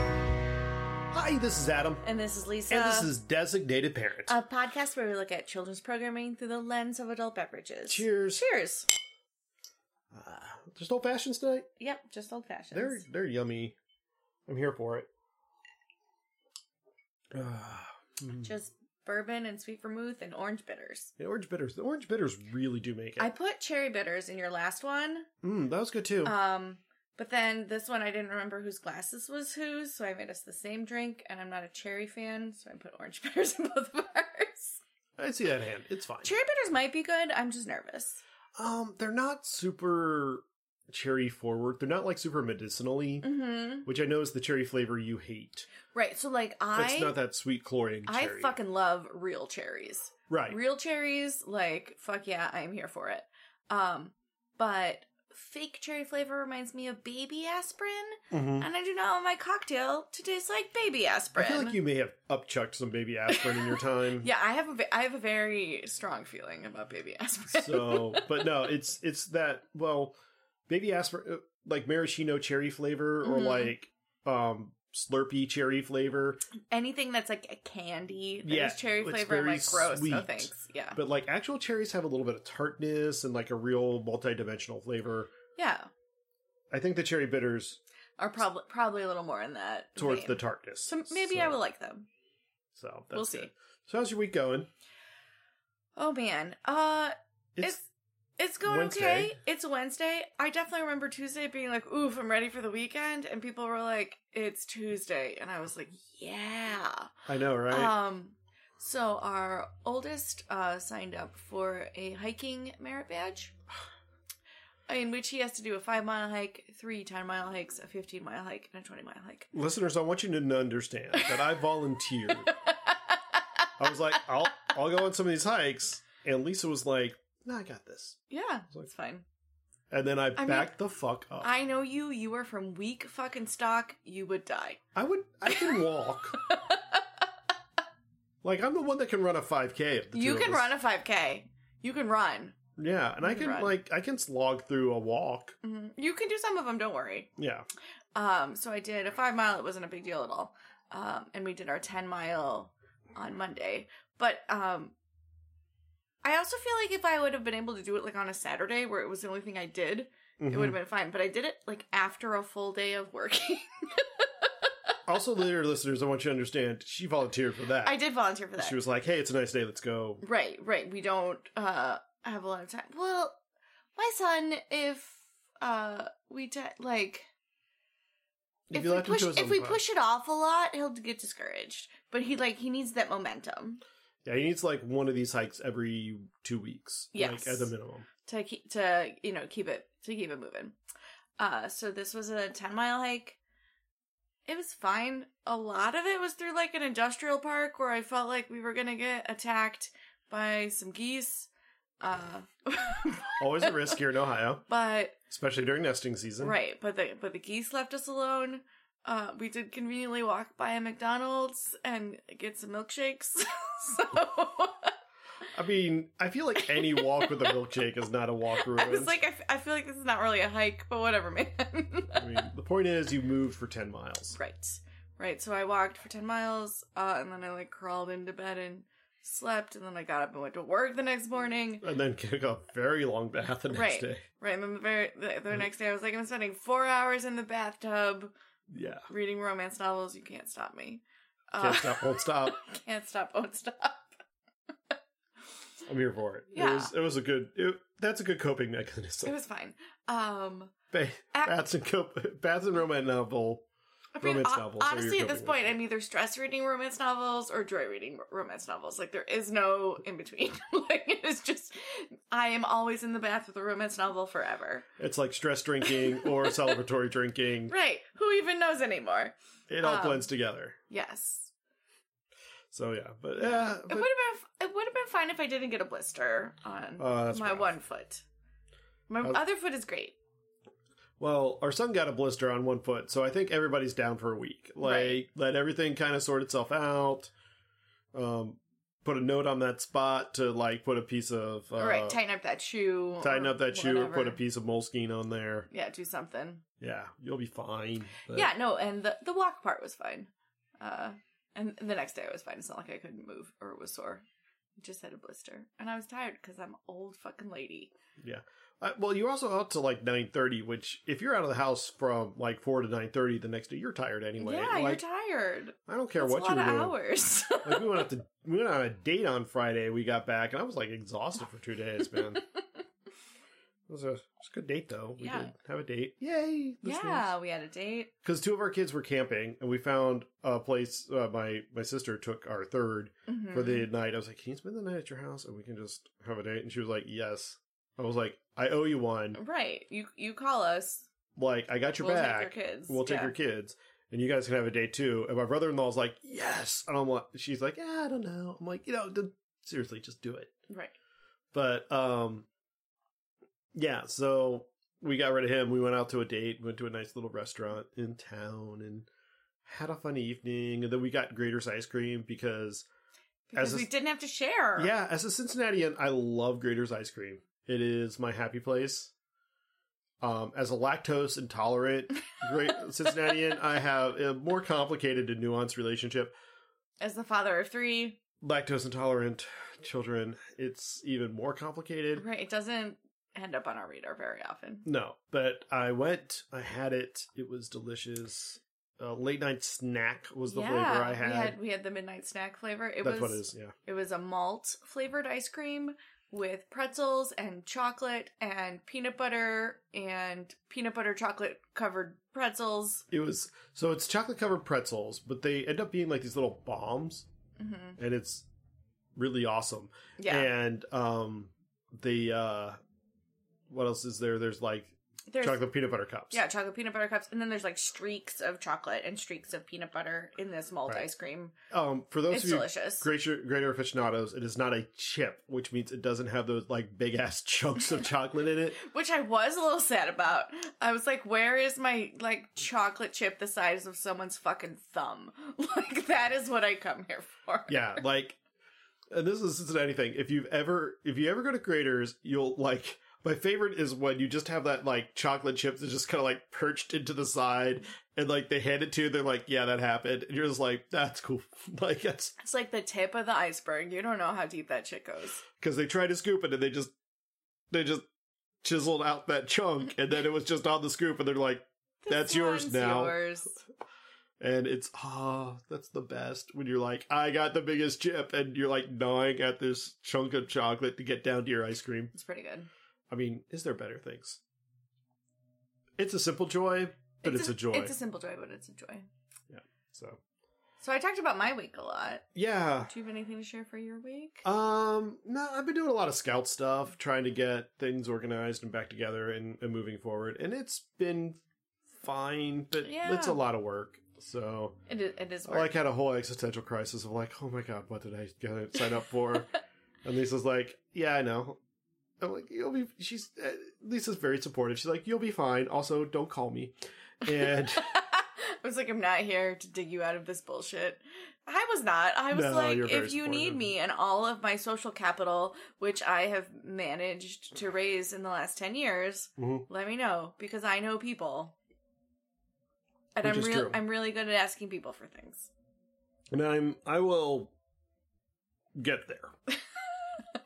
Hi, this is Adam. And this is Lisa. And this is Designated Parent. a podcast where we look at children's programming through the lens of adult beverages. Cheers. Cheers. Just old Uh, fashions tonight. Yep, just old fashioned. They're they're yummy. I'm here for it. Uh, Ah, mm. Just bourbon and sweet vermouth and orange bitters. The orange bitters. The orange bitters really do make it. I put cherry bitters in your last one. mm, that was good too. Um but then this one I didn't remember whose glasses was whose, so I made us the same drink and I'm not a cherry fan, so I put orange bitters in both of ours. I see that hand. It's fine. Cherry bitters might be good. I'm just nervous. um, they're not super cherry forward. They're not like super medicinally, Mhm. which I know is the cherry flavor you hate. Right. So like That's I not that sweet chlorine I cherry. fucking love real cherries. right. real cherries like fuck yeah i'm here for it um but fake cherry flavor reminds me of baby aspirin Mhm. and i do not want my cocktail to taste like baby I aspirin feel like you may have upchucked some baby aspirin in your time. yeah i have a ve- i have a very strong feeling about baby aspirin so but no it's it's that well baby aspirin uh, like maraschino cherry flavor or Mhm. like um slurpee cherry flavor anything that's like a candy that is Yeah, cherry it's flavor i'm very like gross no sweet. thanks yeah but like actual cherries have a little bit of tartness and like a real multi-dimensional flavor yeah i think the cherry bitters or probably probably a little more in that towards vein. the tartness so maybe i will like them so that's we'll see. good. so how's your week going oh man uh it's, It's it's going Wednesday. okay. It's Wednesday. I definitely remember Tuesday being like, "Oof, I'm ready for the weekend," and people were like, "It's Tuesday," and I was like, "Yeah." i know right Um, so our oldest uh, signed up for a hiking merit badge, in which he has to do a five mile hike, three 10 mile hikes, a fifteen mile hike, and a twenty mile hike. listeners i want you to understand that i volunteered i was like i'll i'll go on some of these hikes and lisa was like no i got this yeah, like- oh. it's fine. And then I, mean, backed the fuck up. I, I know you. You are from weak fucking stock. You would die. would I can walk. like I'm the one that can run a 5k. Of the You can run a five k. You can run. yeah, and you I can can run. like I can slog through a walk. Mhm. You can do some of them, don't worry. Yeah, Um, so I did a five mile. It wasn't a big deal at all. Um, and we did our ten mile on Monday. But um, I also feel like if I would have been able to do it like on a Saturday, where it was the only thing I did, it Mm-hmm. would have been fine. But I did it like after a full day of working. also, later listeners, I want you to understand she volunteered for that. I did volunteer for that. She was like, "Hey, it's a nice day. Let's go." Right, right. We don't uh have a lot of time. Well, my son, if uh we de- like if, you we left him push to his if own we time- push it off a lot, he'll get discouraged. But he like he needs that momentum yeah, he needs like one of these hikes every two weeks, Yes. like at the minimum. to keep to you know keep it to keep it moving. Uh, so this was a ten mile hike. It was fine. A lot of it was through like an industrial park where I felt like we were gonna get attacked by some geese. Uh, Always a risk here in Ohio, but especially during nesting season. Right, but the but the geese left us alone. Uh, we did conveniently walk by a McDonald's and get some milkshakes. so I mean, I feel like any walk with a milkshake is not a walk ruined. I was like, I, f- I feel like this is not really a hike, but whatever, man. I mean, the point is, you moved for 10 miles. right, right. So I walked for ten miles, uh, and then I like crawled into bed and slept, and then I got up and went to work the next morning. And then took a very long bath the next Right. day. Right, and then the very the, Mm-hmm. the next day I was like, I'm spending four hours in the bathtub Yeah. reading romance novels. You can't stop me. Uh, Can't stop, won't stop. Can't stop, won't stop. I'm here for it. It Yeah. was, it was a good, it, that's a good coping mechanism. It was fine. Um, Ba- ac- baths and cope, baths and romance novel I mean, Romance ho- novels are your honestly, at this go-to. point, I'm either stress reading romance novels or joy reading r- romance novels. Like there is no in between. like it is just, I am always in the bath with a romance novel forever. It's like stress drinking or celebratory drinking. Right? Who even knows anymore? It all Um, blends together. Yes. So yeah, but yeah, It but, would have been. It would have been fine if I didn't get a blister on uh, that's my rough. one foot. My Uh, other foot is great. Well, our son got a blister on one foot, so I think everybody's down for a week. Like, Right. let everything kind of sort itself out. Um, put a note on that spot to like put a piece of uh, All right, tighten up that shoe. or tighten up that shoe or put whatever. a piece of moleskine on there. Yeah, do something. Yeah, you'll be fine. But- yeah, no, and the the walk part was fine. Uh, and the next day I was fine. It's not like I couldn't move or was sore. I just had a blister, and I was tired because I'm an old fucking lady. Uh, well, you're also out to like nine thirty, which if you're out of the house from like four to nine thirty the next day, you're tired anyway. yeah, like, you're tired. I don't care That's what a lot you of were doing. hours. like we went out to we went on a date on Friday. We got back and I was like exhausted for two days, man. it was a it was a good date though. We Yeah. did have a date. Yay! yeah, we had a date. Because two of our kids were camping and we found a place. Uh, my my sister took our 3rd Mhm. for the night. I was like, "Can you spend the night at your house and we can just have a date?" And she was like, "Yes." I was like, "I owe you one. right. You you call us. Like I got your we'll back. take your kids. We'll take Yeah. your kids." And you guys can have a date too. And my brother in law's like, yes. And I'm like, she's like, yeah, I don't know. I'm like, you know, d- seriously, just do it. Right. But um yeah, so we got rid of him. We went out to a date, went to a nice little restaurant in town and had a fun evening. And then we got Grater's ice cream because Because a- we didn't have to share. yeah, as a Cincinnatian, I love Grater's ice cream. It is my happy place. Um, as a lactose intolerant great Cincinnatian, I have a more complicated and nuanced relationship. As the father of three, Lactose intolerant children, it's even more complicated. right? It doesn't end up on our radar very often. No, but I went, I had it. It was delicious. Uh, late night snack was the flavor I had. We had we had the midnight snack flavor. It was That's what it is. Yeah, It was a malt flavored ice cream with pretzels and chocolate and peanut butter and peanut butter chocolate covered pretzels. it was. So it's chocolate covered pretzels, but they end up being like these little bombs, hmm and it's really awesome. Yeah, And um, the uh, what else is there? There's like there's chocolate peanut butter cups. yeah chocolate peanut butter cups, and then there's like streaks of chocolate and streaks of peanut butter in this malt Right. ice cream. Um, for those it's of you delicious. greater greater aficionados, it is not a chip, which means it doesn't have those like big ass chunks of chocolate in it. Which I was a little sad about. I was like, where is my like chocolate chip the size of someone's fucking thumb? Like that is what I come here for. yeah like and this is cincinnati thing if you've ever if you ever go to graders you'll like my favorite is when you just have that like chocolate chip that's just kind of like perched into the side and like they hand it to you they're like yeah that happened and you're just like that's cool like that's It's like the tip of the iceberg. You don't know how deep that shit goes. because they tried to scoop it and they just they just chiseled out that chunk and then it was just on the scoop and they're like That's yours one's now. yours. and it's ah that's the best when you're like i got the biggest chip and you're like gnawing at this chunk of chocolate to get down to your ice cream It's pretty good. I mean, is there better things? It's a simple joy, but it's, a, joy. It's a simple joy, but it's a joy. so So I talked about my week a lot. yeah. Do you have anything to share for your week? Um, no, I've been doing a lot of scout stuff, trying to get things organized and back together and, and moving forward, and it's been fine, but Yeah. it's a lot of work. So it is, it is I work. like had a whole existential crisis of like, oh my god, what did I get- sign up for? and Lisa's like, yeah, I know. I'm like, you'll be. She's uh, Lisa's very supportive. She's like, you'll be fine. Also, don't call me. And I was like, I'm not here to dig you out of this bullshit. I was not. I was No, like, you're if very you need supportive. me and all of my social capital, which I have managed to raise in the last 10 years, Mhm. let me know because I know people. And Which I'm is real true. I'm really good at asking people for things. and I'm I will get there.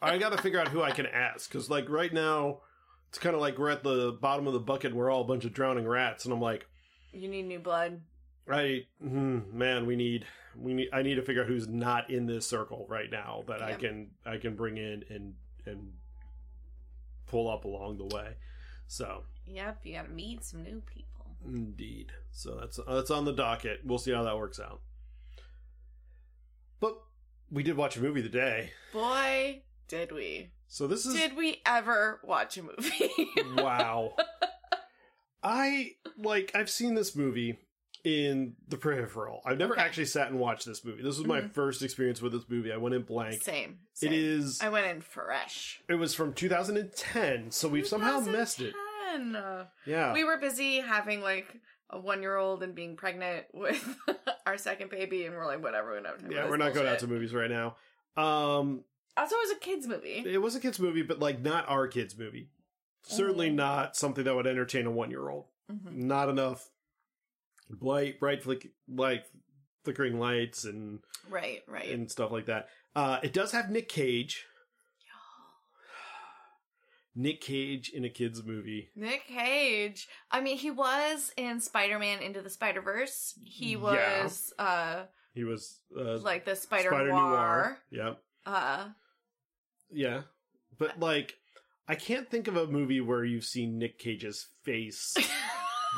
I got to figure out who I can ask because, like, right now it's kind of like we're at the bottom of the bucket. and We're all a bunch of drowning rats, and I'm like, You need new blood. I hmm, man, we need we need I need to figure out who's not in this circle right now that I Yeah. can I can bring in and and pull up along the way. So Yep, you gotta meet some new people. Indeed. So that's that's on the docket. We'll see how that works out. But we did watch a movie today. Boy, did we. So this is Did we ever watch a movie? wow. I like I've seen this movie in the peripheral. I've never Okay. actually sat and watched this movie. This was my Mhm. first experience with this movie. I went in blank. same, It same. is I went in fresh. it was from 2010, so we've somehow messed it. Oh. 2010. Uh, Yeah. We were busy having like a one-year-old and being pregnant with our second baby, and we're like, whatever, we don't have time for yeah, this we're not going out to bullshit. movies right now. Um Also, it was a kids' movie. it was a kids movie but like not our kids movie. Certainly Mhm. not something that would entertain a 1-year-old. Mhm. Not enough bright bright flick like flickering lights and Right, right. and stuff like that. Uh, it does have Nick Cage. Nick Cage in a kids movie. Nick Cage. I mean, he was in Spider-Man Into the Spider-Verse. He Yeah. was He was uh, uh like the Spider, Noir. Yep. Uh Yeah. But like, I can't think of a movie where you've seen Nick Cage's face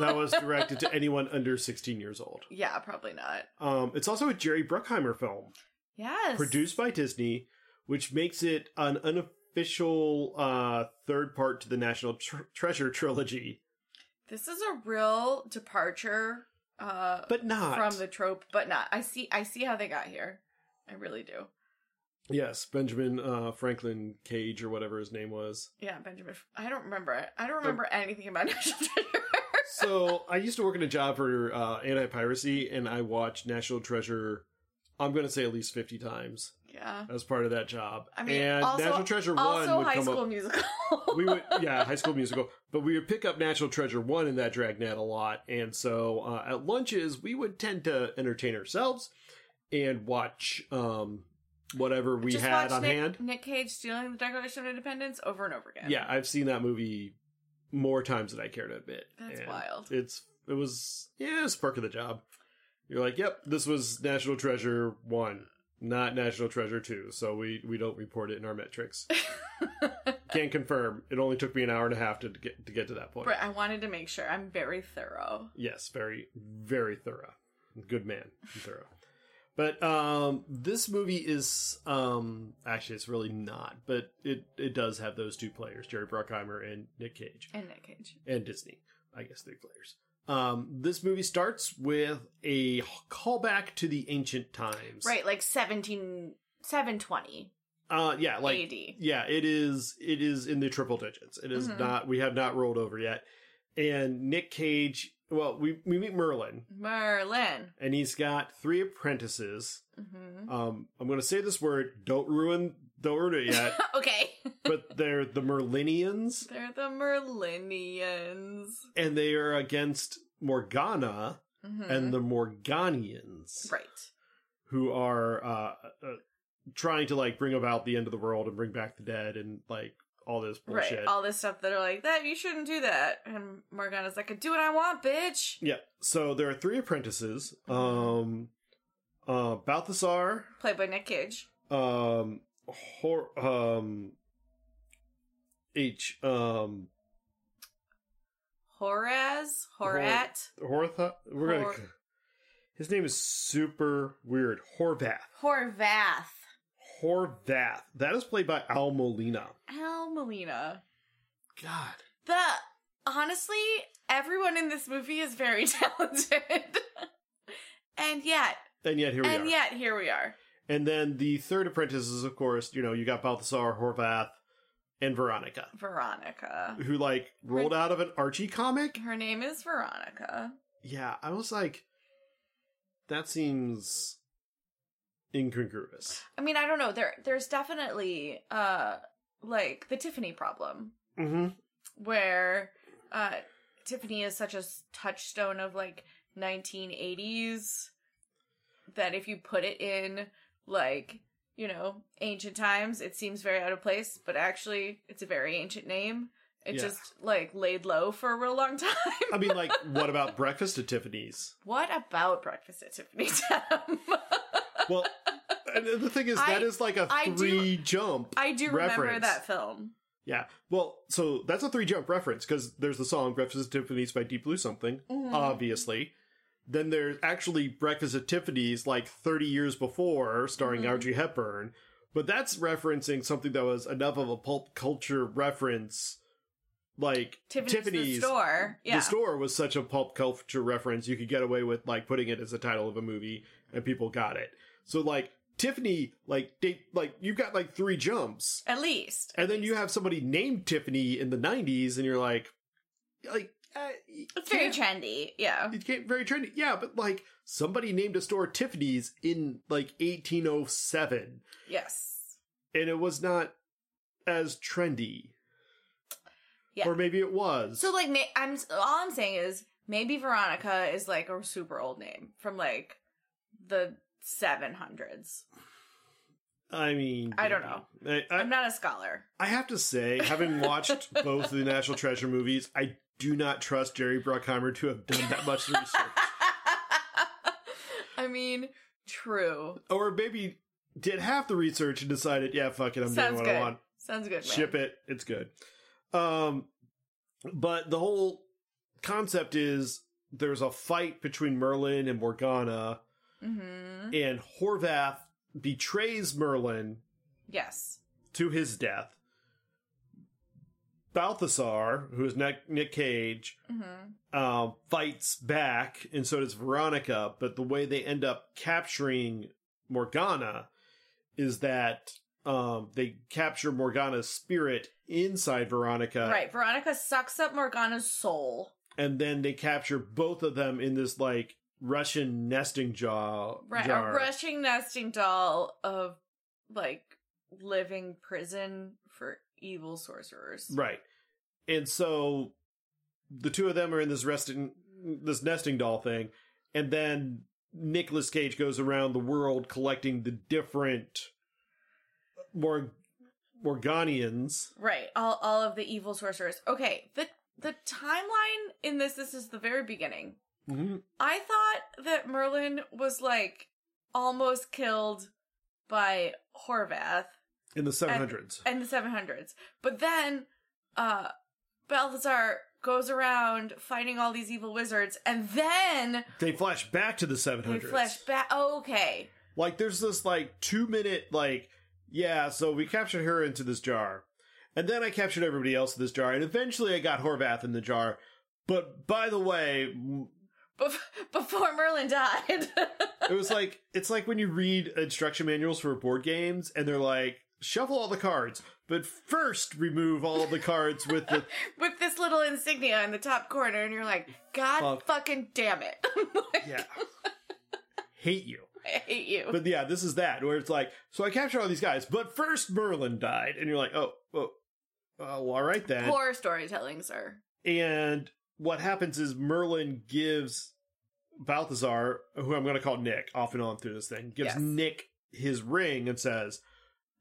that was directed to anyone under 16 years old. yeah, probably not. Um, it's also a Jerry Bruckheimer film Yes. produced by Disney, which makes it an unofficial uh, third part to the National Tr- Treasure trilogy, This is a real departure uh but not from the trope, but not. I see I see how they got here. I really do. Yes, Benjamin uh, Franklin Cage or whatever his name was. Yeah, Benjamin. I don't remember. it. I don't remember anything about National Treasure. So I used to work in a job for uh, anti piracy, and I watched National Treasure. I'm going to say at least 50 times yeah. as part of that job. I mean, and also- National Treasure Also, One would High come School up. Musical. we would, yeah, High School Musical. But we would pick up National Treasure One in that dragnet a lot, and so uh, at lunches we would tend to entertain ourselves and watch um, whatever we Just had watch on Nick, hand. Nick Cage stealing the Declaration of Independence over and over again. yeah, I've seen that movie more times than I care to admit. That's And wild. It's it was yeah, it was perk of the job. You're like, yep, this was National Treasure one, not National Treasure two, so we we don't report it in our metrics. Can't confirm. It only took me an hour and a half to get to get to that point. But I wanted to make sure I'm very thorough. Yes, very very thorough. Good man, thorough. But um, this movie is um, actually it's really not, but it it does have those two players, Jerry Bruckheimer and Nick Cage. And Nick Cage. and Disney, I guess three players. Um, this movie starts with a callback to the ancient times, Right, like 17, 720 Uh, yeah, like AD. yeah, it is. It is in the triple digits. It is Mhm. not. We have not rolled over yet. And Nick Cage. Well, we we meet Merlin, Merlin. and he's got three apprentices. hmm Um, I'm going to say this word. Don't ruin. Don't ruin it yet. okay. but they're the Merlinians, They're the Merlinians. and they are against Morgana Mhm. and the Morganians. right. who are uh, uh, trying to like bring about the end of the world and bring back the dead and like all this bullshit. Right. All this stuff that are like, that you shouldn't do that. And Morgana's like, I do what I want, bitch. yeah. So there are three apprentices: Mm-hmm. um, uh, Balthasar, Played by Nick Cage. um, Hor- um, H, um, Horaz? Hor- Horat? Hortha. We're gonna. Hor- His name is super weird. Horvath. Horvath. Horvath. That is played by Al Molina. Al Molina. God. The honestly, everyone in this movie is very talented. and yet, And yet here we and are. yet here we are. And then the third apprentice is, of course, you know, you got Balthasar, Horvath, and Veronica, Veronica. who like rolled out of an Archie comic. Her name is Veronica. Yeah, I was like, that seems incongruous. I mean, I don't know. There there's definitely uh like the Tiffany problem Mm-hmm. where uh Tiffany is such a s- touchstone of like 1980s that if you put it in like you know ancient times it seems very out of place but actually it's a very ancient name it Yeah. just like laid low for a real long time I mean, like, what about Breakfast at Tiffany's? what about breakfast at tiffany Town? Well, and the thing is, that I- is like a I do- three jump. i do remember Reference. that film Yeah. Well, so that's a three jump reference because there's the song Breakfast at Tiffany's by Deep Blue Something, Mm-hmm. Uh, obviously. Then there's actually Breakfast at Tiffany's like 30 years before, starring Mhm. Audrey Hepburn. But that's referencing something that was enough of a pulp culture reference. Like Tiffany's, Tiffany's, the store. Yeah. the store was such a pulp culture reference, you could get away with like putting it as the title of a movie, and people got it. So like Tiffany, like they, like you've got like three jumps At least. and then you have somebody named Tiffany in the '90s, and you're like, like uh, you It's very can't- trendy. Yeah. you can't- very trendy. Yeah, but like somebody named a store Tiffany's in like 1807, Yes. and it was not as trendy. Yeah. Or maybe it was. So like, may- I'm all I'm saying is maybe Veronica is like a super old name from like the 700s. I mean, I don't know. I, I, I'm not a scholar. I have to say, having watched both of the National Treasure movies, I do not trust Jerry Bruckheimer to have done that much research. I mean, true. or maybe did half the research and decided, yeah, fuck it, I'm doing Sounds what good. I want. Sounds good. Man. ship it it's good um but the whole concept is there's a fight between merlin and morgana Mm-hmm. and horvath betrays merlin Yes. to his death balthasar who is nick, nick cage Mm-hmm. um, fights back and so does veronica but the way they end up capturing morgana is that um, they capture morgana's spirit inside veronica right. Veronica sucks up Morgana's soul. and then they capture both of them in this like Russian nesting jaw Right. jar. A rushing nesting doll of like living prison for evil sorcerers. right. And so the two of them are in this resting this nesting doll thing, and then Nicolas Cage goes around the world collecting the different Mor- Morganians. Right. All all of the evil sorcerers. Okay. The the timeline in this this is the very beginning. Mhm. I thought that Merlin was like almost killed by Horvath In the seven hundreds. in the 700s. But then uh Balthazar goes around fighting all these evil wizards and then They flash back to the seven we hundreds. flash back oh, okay. Like there's this like two minute like yeah, so we captured her into this jar, and then I captured everybody else in this jar, and eventually I got Horvath in the jar. But by the way, m- Bef- before Merlin died. it was like it's like when you read instruction manuals for board games, and they're like shuffle all the cards, but first remove all the cards with the With this little insignia in the top corner and you're like, God Fuck. fucking damn it. Like, yeah. Hate you. I hate you. But yeah, this is that where it's like, so I captured all these guys, but first Merlin died, and you're like, oh, oh, oh well, all right then. Poor storytelling, sir. And what happens is Merlin gives Balthazar, who I'm going to call Nick off and on through this thing, gives Yes. Nick his ring and says,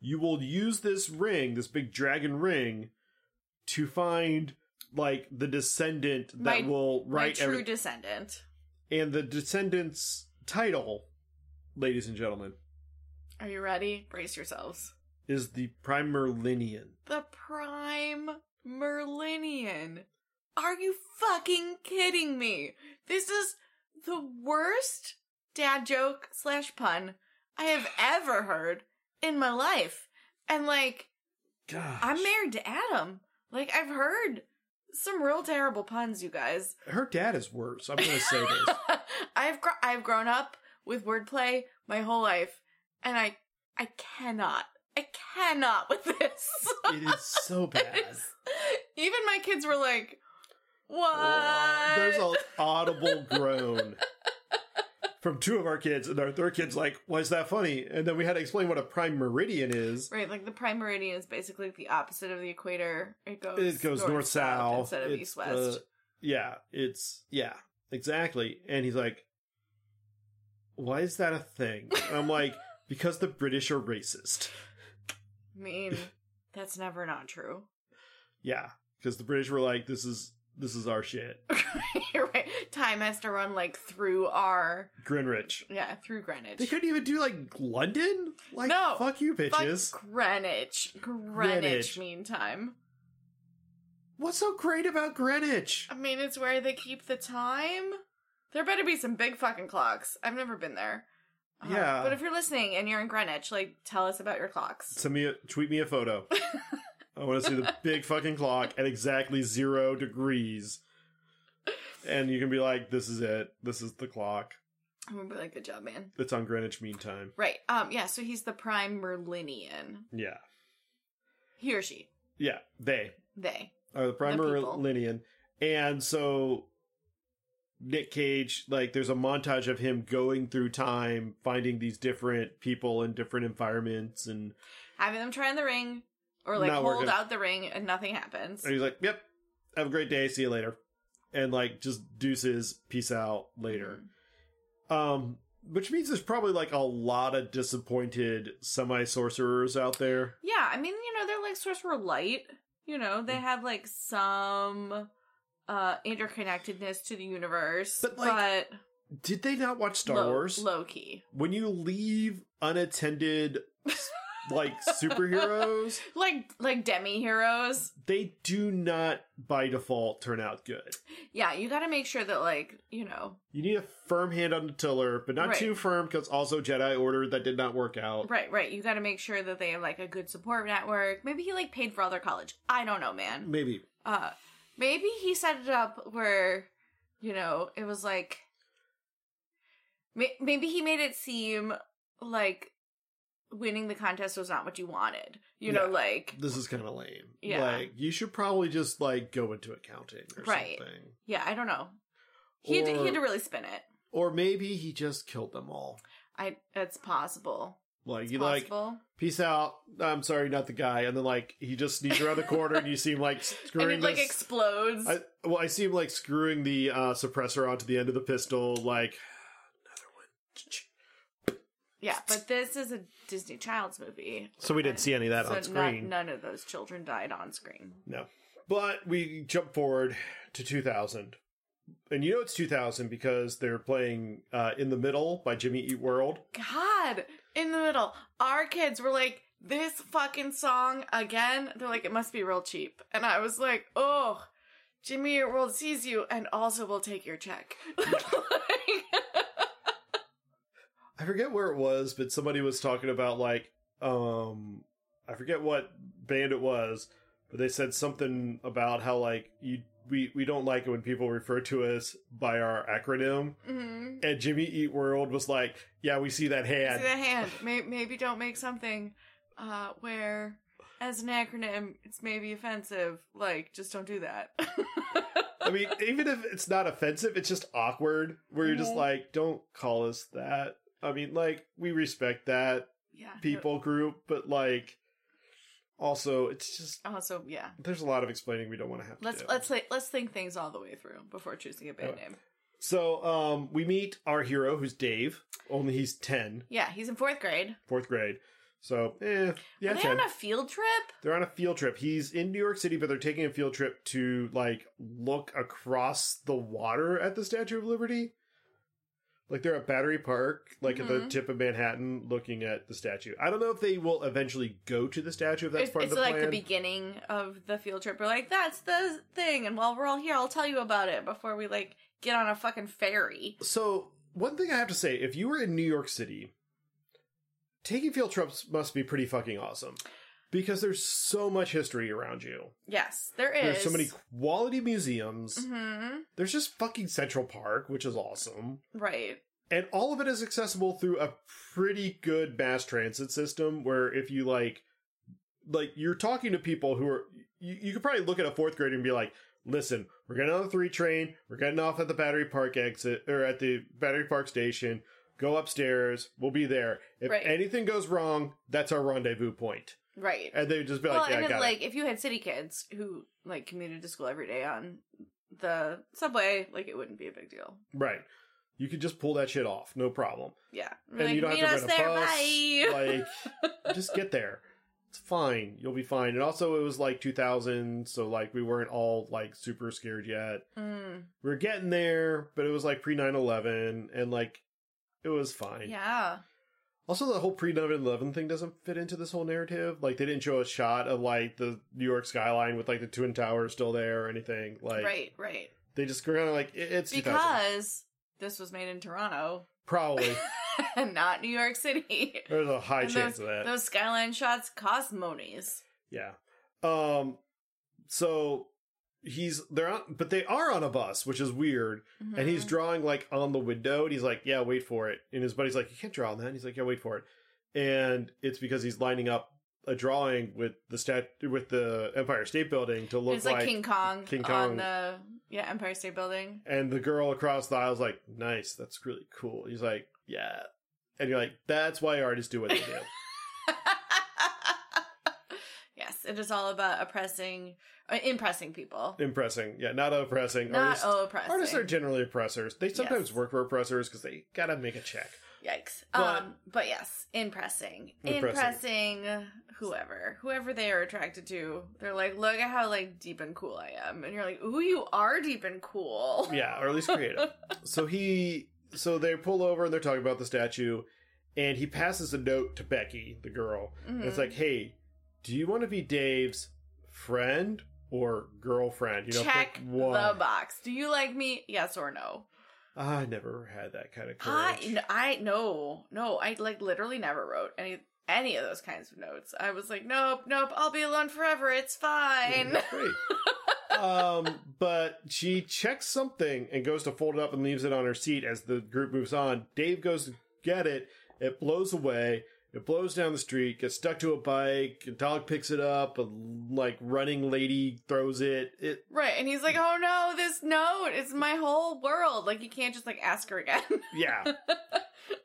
You will use this ring, this big dragon ring, to find like the descendant that My- will My write true every- descendant. and the descendant's title, ladies and gentlemen, Are you ready? Brace yourselves. is the Primerlinian. The prime Merlinian. Are you fucking kidding me? This is the worst dad joke slash pun I have ever heard in my life. And like, God, I'm married to Adam. Like, I've heard some real terrible puns, you guys. her dad is worse. I'm going to say this. I've gr- I've grown up with wordplay my whole life, and I I cannot I cannot with this. It is so bad. It's- Even my kids were like, "What?" Oh, There's an audible groan from two of our kids, and our third kid's like, "Why is that funny?" And then we had to explain what a prime meridian is. right like the prime meridian is basically the opposite of the equator. It goes It goes north, south, instead of It's, east west. uh, yeah, it's yeah, exactly. And he's like, "Why is that a thing?" And I'm like, "Because the British are racist." I mean, that's never not true. Yeah, because the British were like, "This is this is our shit." You're right. Time has to run like through our Greenwich. yeah through Greenwich. They couldn't even do like London. Like, No. fuck you, Fuck bitches. Greenwich. Greenwich. Greenwich. Meantime. What's so great about Greenwich? I mean, it's where they keep the time. There better be some big fucking clocks. I've never been there. Uh, Yeah. But if you're listening and you're in Greenwich, like, tell us about your clocks. Send me a, tweet me a photo. I want to see the big fucking clock at exactly zero degrees. And you can be like, this is it. This is the clock. I'm gonna be like, good job, man. It's on Greenwich Mean Time. Right. Um. Yeah. So he's the prime Merlinian. Yeah. He or she. Yeah. They They. are the primary people. Linian. And so Nick Cage, like, there's a montage of him going through time, finding these different people in different environments. And, Having them try on the ring or like Not hold working. out the ring and nothing happens. and he's like, yep, have a great day. See you later. And, like, just deuces, peace out later. Mm-hmm. Um, which means there's probably like a lot of disappointed semi sorcerers out there. Yeah. I mean, you know, they're like sorcerer light. You know, Mm. they have like some uh interconnectedness to the universe, But, but, like, Did they not watch Star low, Wars? low key. When you leave unattended, like superheroes, Like like demi heroes. they do not by default turn out good. Yeah, you got to make sure that like you know You need a firm hand on the tiller, but not Right. too firm because also Jedi Order that did not work out. Right, right. You got to make sure that they have like a good support network. Maybe he like paid for all their college. I don't know, man. Maybe Uh maybe he set it up where you know, it was like may- maybe he made it seem like winning the contest was not what you wanted. You know, Yeah. like this is kind of lame. Yeah. Like you should probably just like go into accounting or Right. something. yeah, I don't know. He had to, he had to Or- really spin it. Or maybe he just killed them all. I it's possible. Like It's you like possible. peace out. I'm sorry, not the guy. And then like he just sneaks around the corner, and you see him like and screwing it like this- explodes. I, well, I see him like screwing the uh, suppressor onto the end of the pistol. Like yeah, but this is a Disney child's movie. so, we didn't see any of that so on screen. Not, none of those children died on screen. No, but we jump forward to 2000, and you know it's 2000 because they're playing uh, "In the Middle" by Jimmy Eat World. God, in the middle, our kids were like, "This fucking song again." They're like, "It must be real cheap," and I was like, "Oh, Jimmy Eat World sees you, and also will take your check." I forget where it was, but somebody was talking about like um I forget what band it was, but they said something about how like you we we don't like it when people refer to us by our acronym. mm And Jimmy Eat World was like, "Yeah, we see that See hand." the hand. May- maybe don't make something uh, where, as an acronym, it's maybe offensive. Like, just don't do that. I mean, even if it's not offensive, it's just awkward where you're just Mhm. like, "Don't call us that." I mean, like we respect that yeah, no- people group, but like also it's just Also, yeah. there's a lot of explaining we don't want to have to Let's do. let's like, let's think things all the way through before choosing a band Yeah. name. So um, we meet our hero, who's Dave. Only he's 10, Yeah, he's in fourth grade. fourth grade. So eh, yeah, Are they 10. on a field trip? they're on a field trip. He's in New York City, but they're taking a field trip to like look across the water at the Statue of Liberty. Like they're at Battery Park, like at the Mhm. tip of Manhattan, looking at the statue. I don't know if they will eventually go to the statue. If that's It's, part it's of the like plan. the beginning of the field trip. We're like, that's the thing, and while we're all here, I'll tell you about it before we like get on a fucking ferry. So, one thing I have to say, if you were in New York City, taking field trips must be pretty fucking awesome because there's so much history around you. Yes, there is. There's so many quality museums. Mm-hmm. There's just fucking Central Park, which is awesome. Right. And all of it is accessible through a pretty good mass transit system where if you like like you're talking to people who are you, you could probably look at a fourth grader and be like, listen, we're getting on the three train, we're getting off at the battery park exit or at the battery park station, go upstairs, we'll be there. If Right. anything goes wrong, that's our rendezvous point. Right. And they would just be like, well, Yeah, and I then, got like it. if you had city kids who like commuted to school every day on the subway, like it wouldn't be a big deal. Right. You could just pull that shit off, no problem. Yeah. We're and like, you don't meet have us to rent there, a bye. bus. Like, just get there. It's fine. You'll be fine. And also, it was like 2000, so like we weren't all like super scared yet. Mm, We were getting there, but it was like pre 9 11, and like it was fine. yeah. Also, the whole pre 9 11 thing doesn't fit into this whole narrative. Like, they didn't show a shot of, like, the New York skyline with, like, the Twin Towers still there or anything. Like, right, right. they just kind of, like, it- it's 2000. Because this was made in Toronto Probably. and not New York City. There's a high And chance of that. Those skyline shots cost monies. Yeah. Um so he's they're on but they are on a bus, which is weird. And he's Mhm. drawing like on the window and he's like, Yeah, wait for it. And his buddy's like, You can't draw on that. And he's like, Yeah, wait for it. And it's because he's lining up a drawing with the stat with the Empire State Building to look Mm-hmm. it's like, King Kong King Kong. on the yeah Empire State Building. and the girl across the aisle's like, Nice, that's really cool. He's like, Yeah. And you're like, That's why artists do what they do. yes, it is all about oppressing, uh, impressing people, Impressing. Yeah, not oppressing. not artists oppressing. Artists are generally oppressors. They sometimes Yes. work for oppressors because they gotta make a check. Yikes. But- um, but yes, impressing. Impressing. impressing, whoever, whoever they are attracted to. They're like, look at how like deep and cool I am, and you're like, ooh, you are deep and cool. Yeah, or at least creative. so he, so they pull over and they're talking about the statue, and he passes a note to Becky, the girl. And it's Mhm. like, hey, do you want to be Dave's friend or girlfriend? You know, check pick one. the box. Do you like me? Yes or no? Ah, I never had that kind of I, courage. n- I no no I like literally never wrote any any of those kinds of notes. I was like nope nope I'll be alone forever. It's fine. Yeah, Great. um, but she checks something and goes to fold it up and leaves it on her seat as the group moves on. Dave goes to get it. It blows away. It blows down the street, gets stuck to a bike. A dog picks it up. A like running lady throws it. It Right, and he's like, "Oh no, this note is my whole world. Like, you can't just like ask her again." yeah.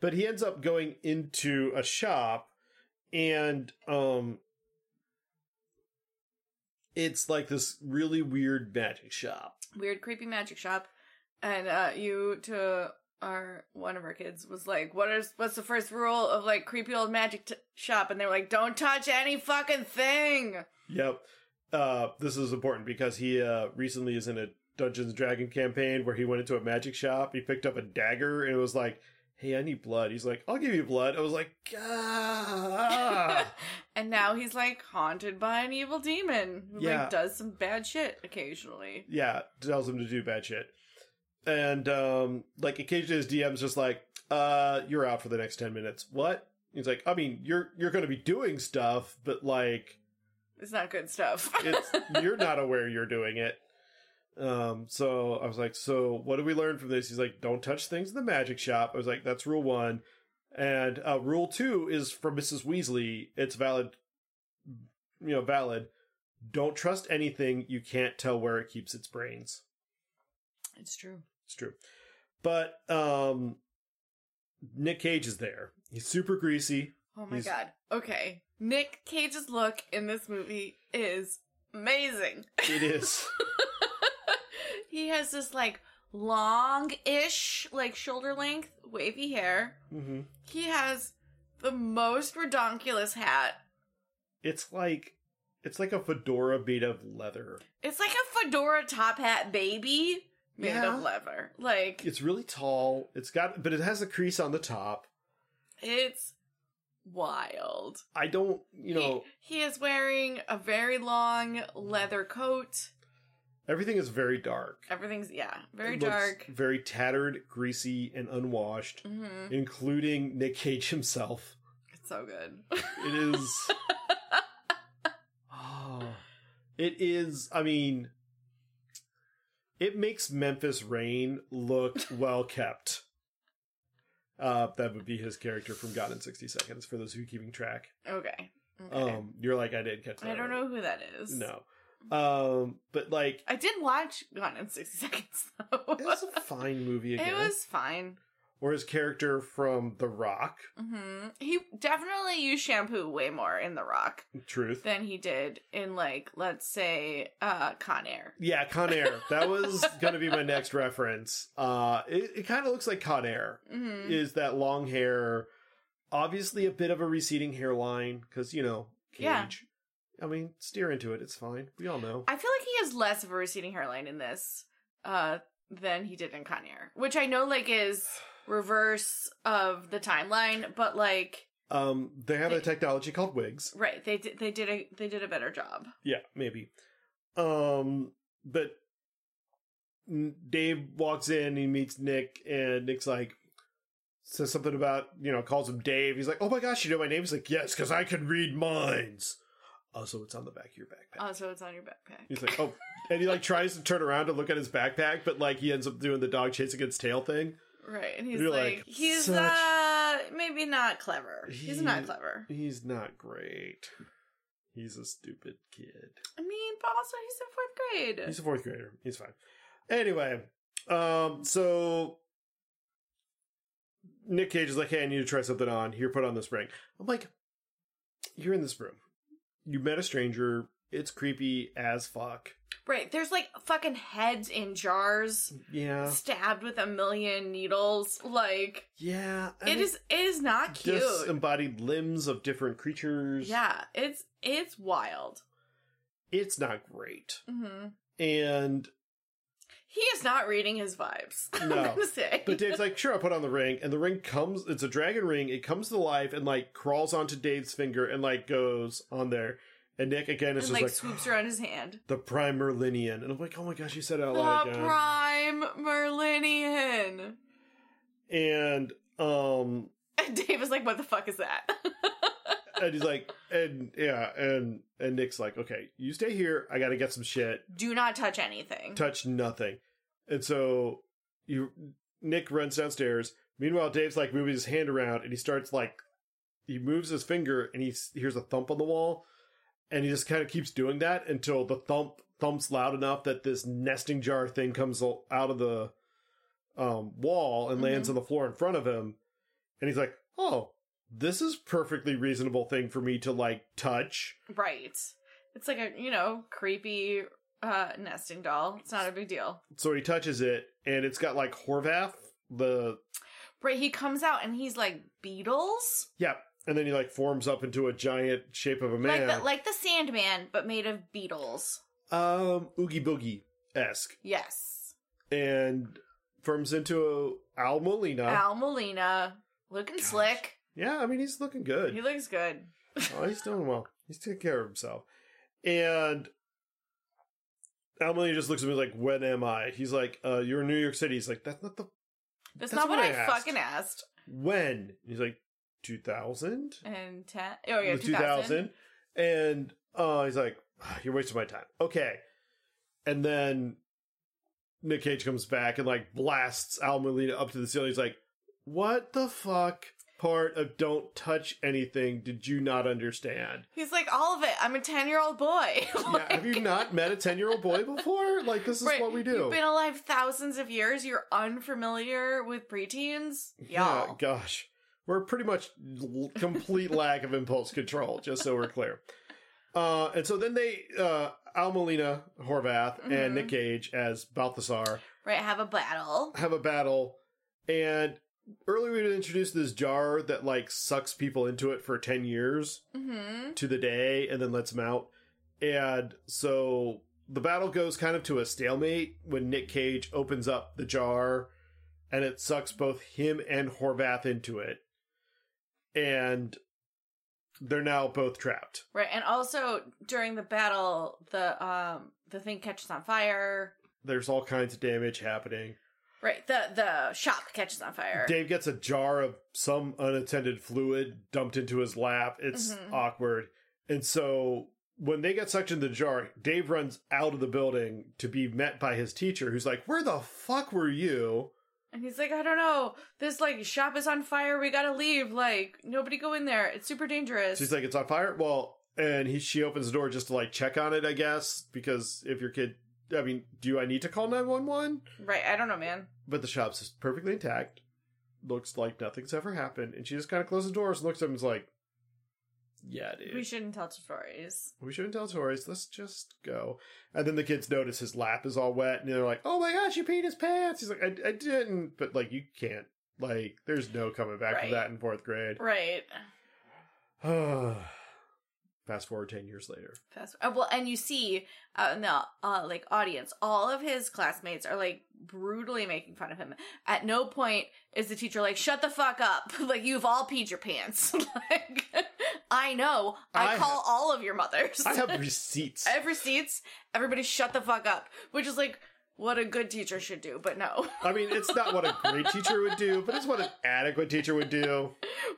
but he ends up going into a shop, and um, it's like this really weird magic shop. Weird, creepy magic shop, and uh, you to our one of our kids was like, "What is what's the first rule of like creepy old magic t- shop?" And they were like, "Don't touch any fucking thing." Yep. Uh, this is important because he uh, recently is in a Dungeons and Dragon campaign where he went into a magic shop. He picked up a dagger and it was like, "Hey, I need blood." He's like, "I'll give you blood." I was like, "God." and now he's like haunted by an evil demon who Yeah. like does some bad shit occasionally. yeah, tells him to do bad shit. And um, like occasionally his DM's just like, "Uh, you're out for the next ten minutes." What? He's like, "I mean, you're you're going to be doing stuff, but like." It's not good stuff. it's you're not aware you're doing it. Um, so I was like, so what do we learn from this? He's like, don't touch things in the magic shop. I was like, that's rule one. And uh, rule two is from Mrs. Weasley. It's valid, you know, valid. Don't trust anything you can't tell where it keeps its brains. it's true. It's true. But um, Nick Cage is there. He's super greasy. Oh my He's- god. Okay. Nick Cage's look in this movie is amazing. It is. he has this like long ish, like shoulder length, wavy hair. hmm He has the most redonkulous hat. It's like it's like a fedora made of leather. It's like a fedora top hat baby made Yeah. of leather. Like It's really tall. It's got, but it has a crease on the top. it's wild. I don't, you know, he, he is wearing a very long leather coat. everything is very dark. Everything's yeah, very It looks dark. Very tattered, greasy, and unwashed, hmm including Nick Cage himself. It's so good. It is. oh, it is. I mean, it makes Memphis Rain look well kept. Uh, that would be his character from God in 60 Seconds, for those who are keeping track. okay. okay. Um, you're like, I didn't catch that. I don't know who that is. No. Um, but like I did watch Gone in 60 Seconds, though. it was a fine movie again. It was fine. Or his character from The Rock, hmm He definitely used shampoo way more in The Rock Truth. than he did in, like, let's say, uh, Con Air. yeah, Con Air. That was gonna be my next reference. Uh it, it kinda looks like Con Air. hmm Is that long hair obviously a bit of a receding hairline, because you know, cage. Yeah. I mean, steer into it, it's fine. We all know. I feel like he has less of a receding hairline in this uh, than he did in Con Air, which I know, like, is reverse of the timeline, but, like, Um, they had a technology called wigs. Right. They did. They did a. They did a better job. Yeah, maybe. Um, but N- Dave walks in, he meets Nick, and Nick's like says something about you know calls him Dave. He's like, oh my gosh, you know my name. He's like, yes, because I can read minds. Also, it's on the back of your backpack. Also, Uh, it's on your backpack. He's like, oh, and he like tries to turn around to look at his backpack, but like he ends up doing the dog chasing its tail thing. Right. And he's You're like, like, he's such- uh maybe not clever. He's He- not clever. He's not great. He's a stupid kid. I mean, but also he's in fourth grade. He's a fourth grader. He's fine. Anyway, um, so Nick Cage is like, "Hey, I need to try something on. Here, put on this ring." I'm like, "You're in this room. You met a stranger. It's creepy as fuck." right. There's like fucking heads in jars, Yeah, stabbed with a million needles. Like yeah. I it mean, is. It is not cute. Disembodied limbs of different creatures. Yeah. It's it's wild. it's not great. hmm And He is not reading his vibes. No. I'm gonna say. But Dave's like, sure, I'll put on the ring. And the ring comes, it's a dragon ring. It comes to life and like crawls onto Dave's finger and like goes on there. And Nick again is and like, just like, swoops around his hand. the prime Merlinian. And I'm like, oh my gosh, you said it out loud The again. prime Merlinian. and, um, And Dave is like, what the fuck is that? and he's like, and yeah, and, and Nick's like, okay, you stay here. I got to get some shit. Do not touch anything. Touch nothing. And so you, Nick runs downstairs. Meanwhile, Dave's like moving his hand around and he starts like, he moves his finger and he s- hears a thump on the wall. And he just kind of keeps doing that until the thump thumps loud enough that this nesting jar thing comes o- out of the um, wall and lands on the floor in front of him. And he's like, oh, this is perfectly reasonable thing for me to like touch. right. It's like a, you know, creepy uh nesting doll. It's not a big deal. So he touches it and it's got like Horvath, the Right, he comes out and he's like beetles? Yeah, and then he like forms up into a giant shape of a man, Like the like the Sandman, but made of beetles. um, Oogie Boogie esque, Yes. and forms into a Al Molina. Al Molina. Looking Gosh. slick. Yeah, I mean he's looking good. He looks good. oh, he's doing well. He's taking care of himself, and. Al Molina just looks at me like, "When am I?" He's like, "Uh, you're in New York City." He's like, "That's not the That's, That's not what, what I, I asked. fucking asked. when." And he's like, "2000." And ten oh yeah, It was 2000. And uh, he's like, "Ah, You're wasting my time. Okay. And then Nick Cage comes back and like blasts Al Molina up to the ceiling. He's like, What the fuck part of don't touch anything did you not understand? He's like, all of it. I'm a 10 year old boy. Yeah, have you not met a 10 year old boy before? Like, this is Oh Right. what we do. You've been alive thousands of years. You're unfamiliar with preteens. yeah, Y'all. gosh. We're pretty much l- complete lack of impulse control, just so we're clear. Uh, and so then they, uh, Al Molina, Horvath, Mhm. and Nick Cage as Balthasar right, have a battle. have a battle. And earlier we introduced this jar that like sucks people into it for 10 years hmm to the day and then lets them out. And so the battle goes kind of to a stalemate when Nick Cage opens up the jar and it sucks both him and Horvath into it. And they're now both trapped. Right, and also during the battle, the um the thing catches on fire. There's all kinds of damage happening. Right, the the shop catches on fire. Dave gets a jar of some unattended fluid dumped into his lap. It's Mhm. awkward. And so when they get sucked into the jar, Dave runs out of the building to be met by his teacher, who's like, Where the fuck were you? and he's like, I don't know, this like shop is on fire. We gotta leave. Like nobody go in there. It's super dangerous. She's like, It's on fire. Well, and he she opens the door just to like check on it, I guess, because if your kid, I mean, do I need to call 911? right, I don't know, man. But the shop's is perfectly intact. Looks like nothing's ever happened. And she just kind of closes the doors and looks at him and is like, Yeah, dude. We shouldn't tell stories. we shouldn't tell stories. Let's just go. And then the kids notice his lap is all wet, and they're like, "Oh my gosh, you peed his pants." He's like, "I, I didn't," but like, you can't. Like, there's no coming back from Right. that in fourth grade. Right. and Fast forward 10 years later. Fast. uh, Well, and you see uh, in the uh, like audience, all of his classmates are like brutally making fun of him. At no point is the teacher like, "Shut the fuck up!" like you've all peed your pants. like I know. I, I call have- all of your mothers. I have receipts. I have receipts. Everybody, shut the fuck up. Which is like what a good teacher should do, but no. I mean, it's not what a great teacher would do, but it's what an adequate teacher would do.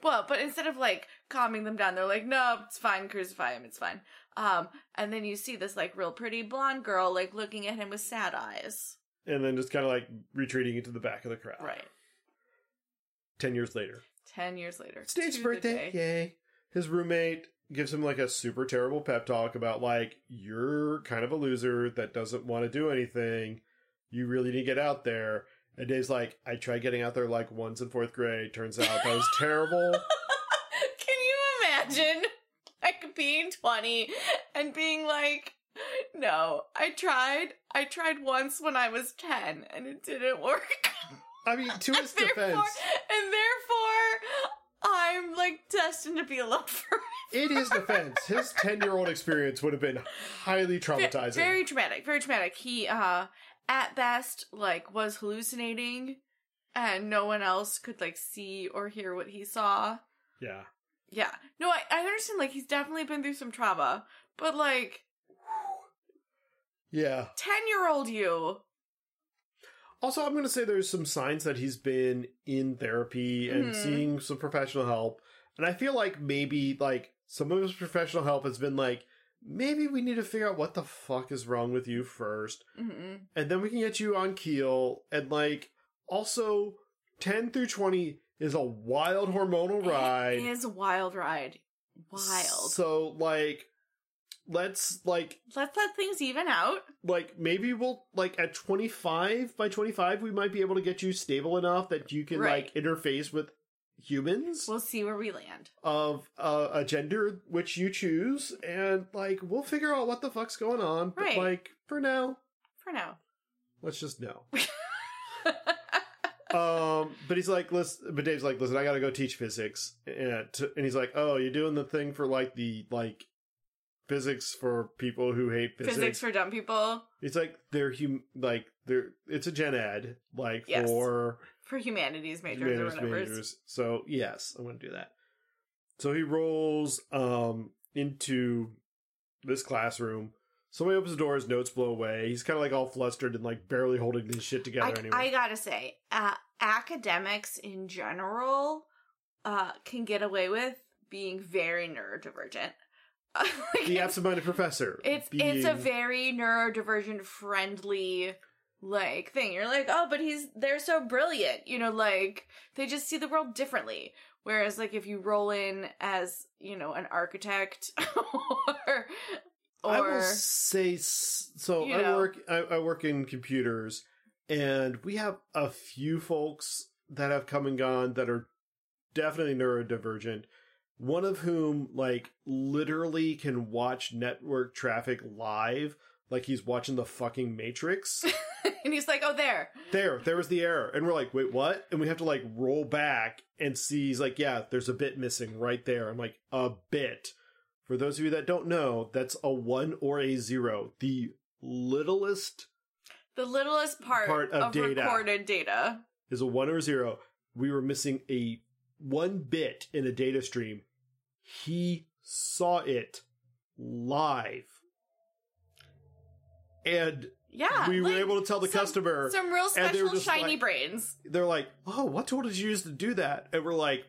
Well, but instead of like calming them down, they're like, no, it's fine, crucify him, it's fine. Um, and then you see this like real pretty blonde girl like looking at him with sad eyes. And then just kind of like retreating into the back of the crowd. Right. 10 years later. Ten years later. It's Dave's to the day. birthday. Yay. His roommate gives him like a super terrible pep talk about like, you're kind of a loser that doesn't want to do anything. You really need to get out there. And Dave's like, I tried getting out there like once in fourth grade. Turns out that was terrible. Can you imagine like being 20 and being like, no, I tried. I tried once when I was 10 and it didn't work. I mean, to his defense, Therefore, and therefore, I'm like destined to be a lover. in his defense, his 10 year old experience would have been highly traumatizing. Very traumatic. Very traumatic. He, uh, at best, like was hallucinating, and no one else could like see or hear what he saw. yeah. Yeah. No, I, I understand. Like he's definitely been through some trauma, but like Yeah. ten year old you. Also, I'm going to say there's some signs that he's been in therapy and Mhm. seeing some professional help. And I feel like maybe like some of his professional help has been like, maybe we need to figure out what the fuck is wrong with you first. Mm-mm. And then we can get you on keel. And like, also, 10 through 20 is a wild hormonal ride. It is a wild ride. Wild. So, like, let's like Let's let things even out. like maybe we'll like at 25 by 25 we might be able to get you stable enough that you can Right. like interface with humans We'll see where we land. of uh, a gender which you choose and like we'll figure out what the fuck's going on but Right. like for now For now. let's just know um but he's like listen but dave's like listen i gotta go teach physics and, and he's like oh you're doing the thing for like the like physics for people who hate Physics. for dumb people. It's like they're hum like they're it's a gen ed like Yes. for For humanities majors or majors, whatever. majors. So yes, I'm gonna do that. So he rolls um into this classroom. Somebody opens the door, his notes blow away. He's kind of like all flustered and like barely holding his shit together. I, anyway, I gotta say, uh, academics in general uh, can get away with being very neurodivergent. Like, the absent-minded professor. it's it's a very neurodivergent friendly like thing. You're like, oh, but he's they're so brilliant, you know, like they just see the world differently. Whereas, like, if you roll in as you know an architect or or I will say s- so. You I know. work. I, I work in computers, and we have a few folks that have come and gone that are definitely neurodivergent. One of whom, like, literally can watch network traffic live, like he's watching the fucking Matrix. and he's like, oh, there, there, there was the error, and we're like, wait, what? And we have to like roll back and see. He's like, yeah, there's a bit missing right there. I'm like, a bit. For those of you that don't know, that's a one or a zero, the littlest the littlest part, Part of of, data. recorded data. is a one or a zero. We were missing a one bit in a data stream. He saw it live. And Yeah, we were Ah, like, able to tell the some- customer some real they were special just shiny like- brains. they're like, "Oh, what tool did you use to do that?" And we're like,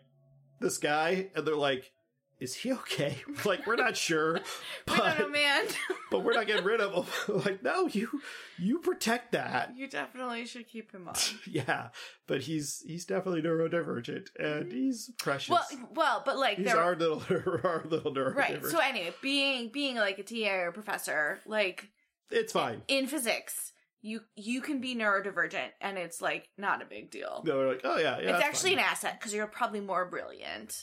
"This guy," and they're like, "Is he okay?" We're like, we're not sure, We don't know, but man. but we're not getting rid of him. like, no, you you protect that. you definitely should keep him on. Yeah, but he's he's definitely neurodivergent, and he's precious. Mm-hmm. well, well, but like he's there, our little our little neurodivergent. right. So anyway, being being like a TA or professor, like it's fine. in physics, you you can be neurodivergent, and it's like not a big deal. No, we're like, oh yeah, yeah. it's that's actually fine. an asset because you're probably more brilliant.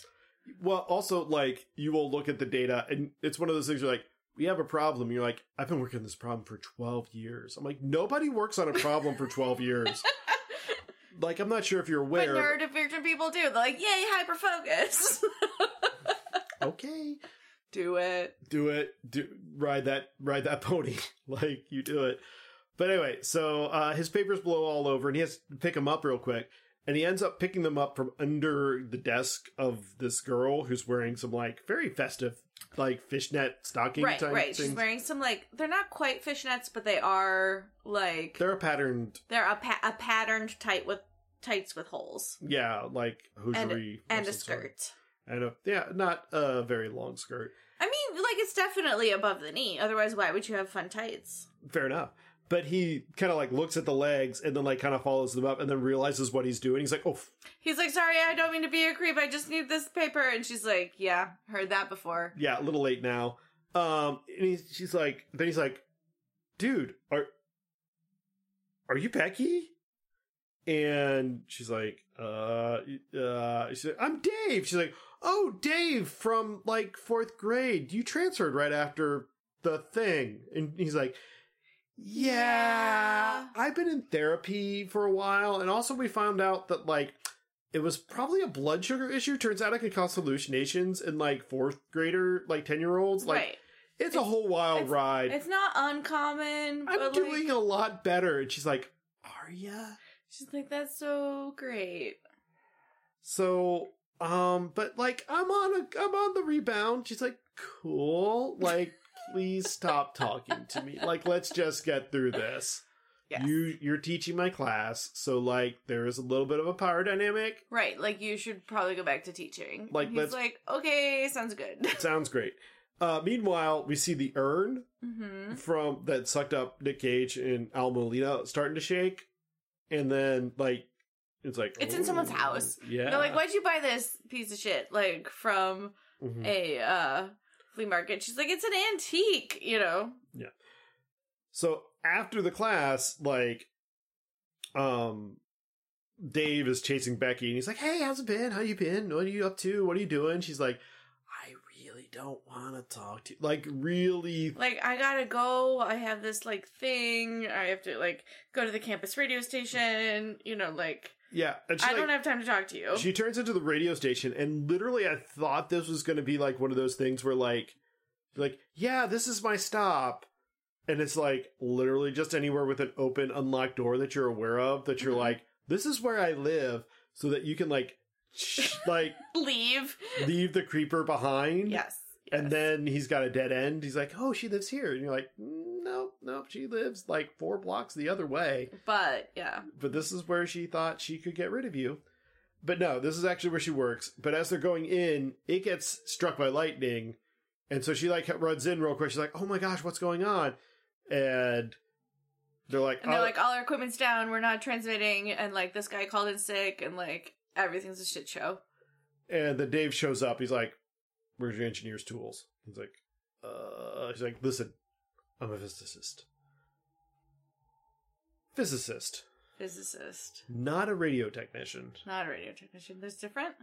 Well, also like you will look at the data and it's one of those things you're like, we have a problem. You're like, I've been working on this problem for 12 years. I'm like, nobody works on a problem for 12 years. like, I'm not sure if you're But aware. neurodivergent people do. They're like, yay, hyper focus. okay. Do it. do it do ride that ride that pony like you do it but anyway so uh his papers blow all over and he has to pick them up real quick and he ends up picking them up from under the desk of this girl who's wearing some like very festive like fishnet stocking Right, type right. She's things wearing some like they're not quite fishnets, but they are like they're, they're a patterned a, pa- a patterned tight with tights with holes yeah like hosiery of and a some sort. skirt. and a yeah not a very long skirt I mean, like it's definitely above the knee. Otherwise, why would you have fun tights? fair enough but he kind of like looks at the legs and then like kind of follows them up and then realizes what he's doing he's like oh f- He's like, "Sorry, I don't mean to be a creep. I just need this paper." And she's like, "Yeah, heard that before." yeah, a little late now. Um, and he's, she's like, then he's like, dude, are are you Becky? And she's like, uh, uh, she's like, I'm Dave. She's like, oh, Dave from like fourth grade. You transferred right after the thing. And he's like, yeah, Yeah. I've been in therapy for a while. And also, we found out that like it was probably a blood sugar issue. Turns out it could cause hallucinations in like fourth grader, like 10 year olds. Like, right. it's a whole wild it's- ride. It's not uncommon. I'm but, like, doing a lot better. And she's like, Are ya? She's like, "That's so great." So, um, but like, I'm on a, I'm on the rebound. She's like, Cool. Like, please stop talking to me. Like, let's just get through this. Yes. You, you're teaching my class. So, like, there is a little bit of a power dynamic. Right, like you should probably go back to teaching. Like, Like he's let's- like, okay, sounds good. Sounds great. Uh, meanwhile, we see the urn hmm from that sucked up Nick Cage and Al Molina starting to shake, and then like it's like It's in someone's "Oh, house." Yeah, They're like, why'd you buy this piece of shit? Like from Mhm. a uh, flea market. She's like, it's an antique, you know. So after the class, like, um, Dave is chasing Becky, and he's like, "Hey, how's it been? How you been? What are you up to? What are you doing?" She's like, "I really don't want to talk to you." Like, really Like I gotta go. I have this like thing. I have to like go to the campus radio station. You know, like Yeah, and she, I like, don't have time to talk to you. She turns into the radio station, and literally, I thought this was going to be like one of those things where, like, like, yeah, this is my stop, and it's like literally just anywhere with an open, unlocked door that you're aware of that you're Mhm. like, this is where I live, so that you can like, sh- like, Leave. leave the creeper behind. Yes. And yes. then he's got a dead end. He's like, "Oh, she lives here," and you're like, "Nope, nope, she lives like four blocks the other way." But yeah. but this is where she thought she could get rid of you. But no, this is actually where she works. But as they're going in, it gets struck by lightning. And so she like runs in real quick. She's like, oh my gosh, what's going on? And they're like, And they're "Oh, like, all our equipment's down, we're not transmitting, and like this guy called in sick, and like everything's a shit show. and then Dave shows up. He's like, where's your engineer's tools? He's like, uh, he's like, listen, I'm a physicist. Physicist, Physicist. not a radio technician. Not a radio technician. That's different.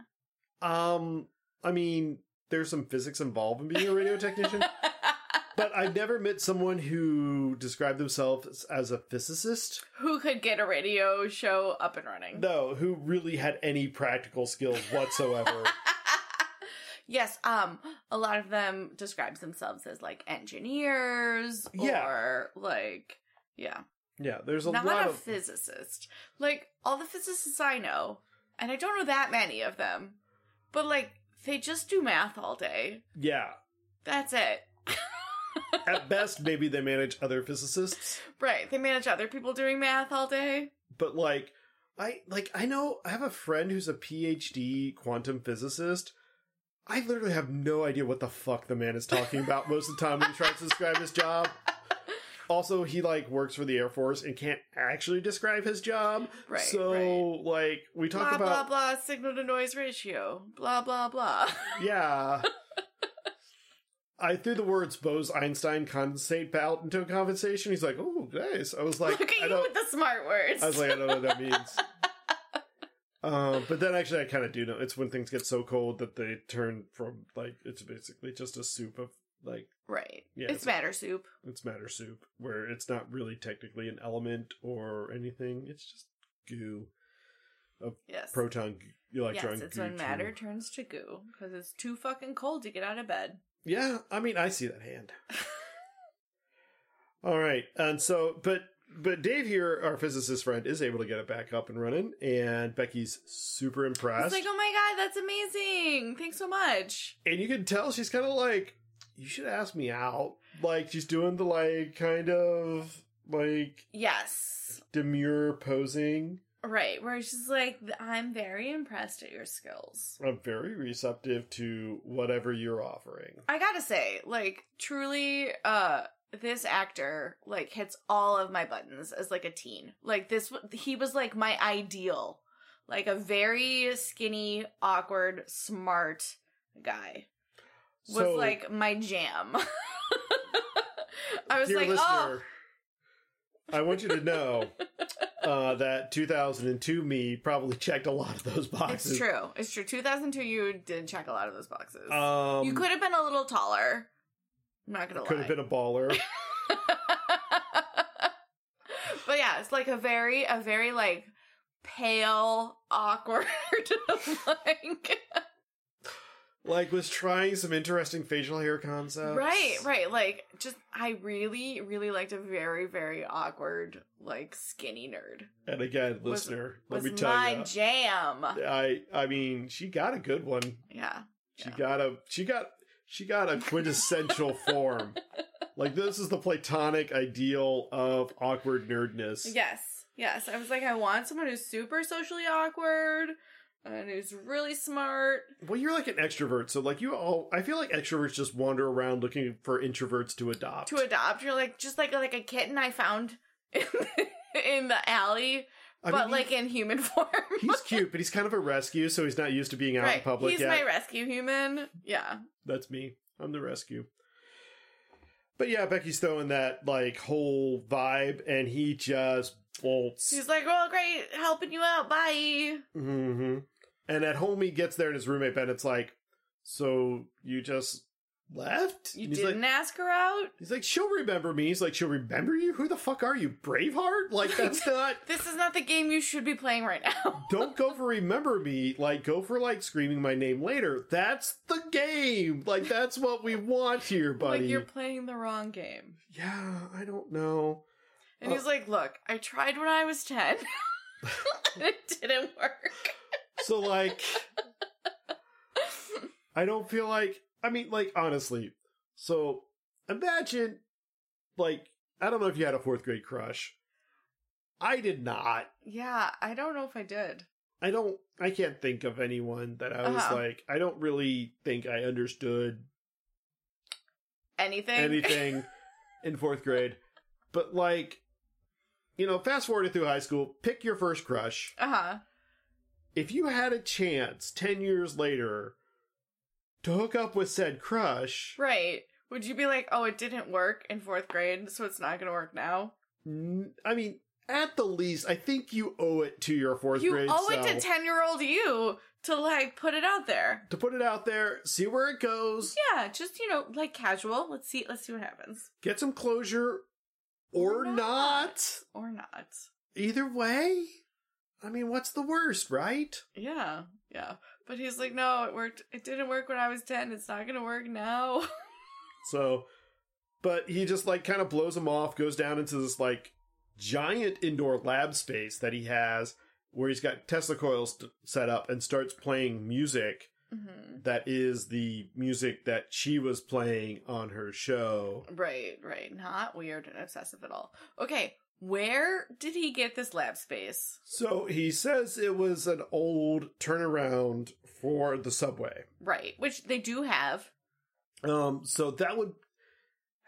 Um, I mean, there's some physics involved in being a radio technician, but I've never met someone who described themselves as a physicist, Who could get a radio show up and running? no, who really had any practical skills whatsoever. yes, um, a lot of them describes themselves as like engineers Yeah. or like yeah. yeah, there's a not lot a of physicist. Like all the physicists I know, and I don't know that many of them, but like they just do math all day. yeah. That's it. At best, maybe they manage other physicists, Right. They manage other people doing math all day. but like, I like I know I have a friend who's a PhD quantum physicist. I literally have no idea what the fuck the man is talking about most of the time when he tries to describe his job. also he like works for the air force and can't actually describe his job Right. so right. like we talk blah blah about blah signal to noise ratio. Blah blah blah. yeah i threw the words bose einstein condensate out into a conversation he's like oh nice i was like Look at I, you don't, with the smart words. I was like i don't know what that means um but then actually i kind of do know it's when things get so cold that they turn from like it's basically just a soup of like right. Yeah, it's it's- matter soup. it's matter soup where it's not really technically an element or anything it's just goo Yes. proton g- electron yes, it's goo when matter tube. turns to goo because it's too fucking cold to get out of bed. Yeah, I mean, I see that hand. All right, and so, but but Dave here, our physicist friend, is able to get it back up and running, and Becky's super I impressed. was like, oh my god, that's amazing! Thanks so much. and you can tell she's kind of like, you should ask me out. Like she's doing the like kind of like Yes. demure posing. Right, where she's like, I'm very impressed at your skills. I'm very receptive to whatever you're offering. I gotta say, like, truly, uh, this actor like hits all of my buttons as like a teen. Like this, w- he was like my ideal, like a very skinny, awkward, smart guy was so, like my jam. I was dear like, listener, oh, I want you to know uh, that 2002 me probably checked a lot of those boxes. it's true, it's true. 2002, you did check a lot of those boxes. Um, you could have been a little taller. I'm not gonna could lie. have been a baller. but yeah, it's like a very, a very like pale, awkward, like like was trying some interesting facial hair concepts. right, right. Like just, I really, really liked a very, very awkward, like skinny nerd. And again, Was- listener, Was let me tell my you, jam. I I mean, she got a good one. Yeah, She Yeah. got a she got she got a quintessential form. Like this is the platonic ideal of awkward nerdness. yes, yes. I was like, I want someone who's super socially awkward and who's really smart. Well, you're like an extrovert, so like you all, I feel like extroverts just wander around looking for introverts to adopt. to adopt. You're like just like like a kitten I found in the, in the alley, I mean, but he- like in human form. he's cute, but he's kind of a rescue, so he's not used to being out in public He's yet. my rescue human. Yeah. That's me. I'm the rescue. But yeah, Becky's throwing that like whole vibe, and he just bolts. He's like, well, great, helping you out. Bye. hmm And at home, he gets there, and his roommate Bennett's like, "So you just left? You And he's didn't Like, ask her out. he's like, "She'll remember me." He's like, "She'll remember you? Who the fuck are you, Braveheart? Like that's not." This is not the game you should be playing right now. Don't go for remember me, like go for like screaming my name later. That's the game. Like that's what we want here, buddy. Like you're playing the wrong game. yeah, I don't know. Oh. And he's like, look, I tried when I was ten. and it didn't work. So like I don't feel like I mean like honestly. So imagine like I don't know if you had a 4th grade crush. I did not. Yeah, I don't know if I did. I don't I can't think of anyone that I was Uh-huh. like I don't really think I understood Anything? anything in 4th grade. But like you know, fast forward through high school, pick your first crush. Uh huh. if you had a chance 10 years later to hook up with said crush, Right. Would you be like, oh, it didn't work in fourth grade, so it's not going to work now? n- I mean, at the least, I think you owe it to your fourth You grade owe it to self 10 year old you to like put it out there. to put it out there, see where it goes, Yeah, just, you know, like casual. Let's see, let's see what happens. get some closure Or or not. not. Or not. Either way, I mean, what's the worst, right? Yeah, yeah. But he's like, no, it worked. It didn't work when I was 10. It's not going to work now. So, but he just like kind of blows him off, goes down into this like giant indoor lab space that he has where he's got Tesla coils t- set up and starts playing music hmm that is the music that she was playing on her show. Right, right. Not weird and obsessive at all. Okay, where did he get this lab space? So he says it was an old turnaround for the subway. Right, which they do have. Um, so that would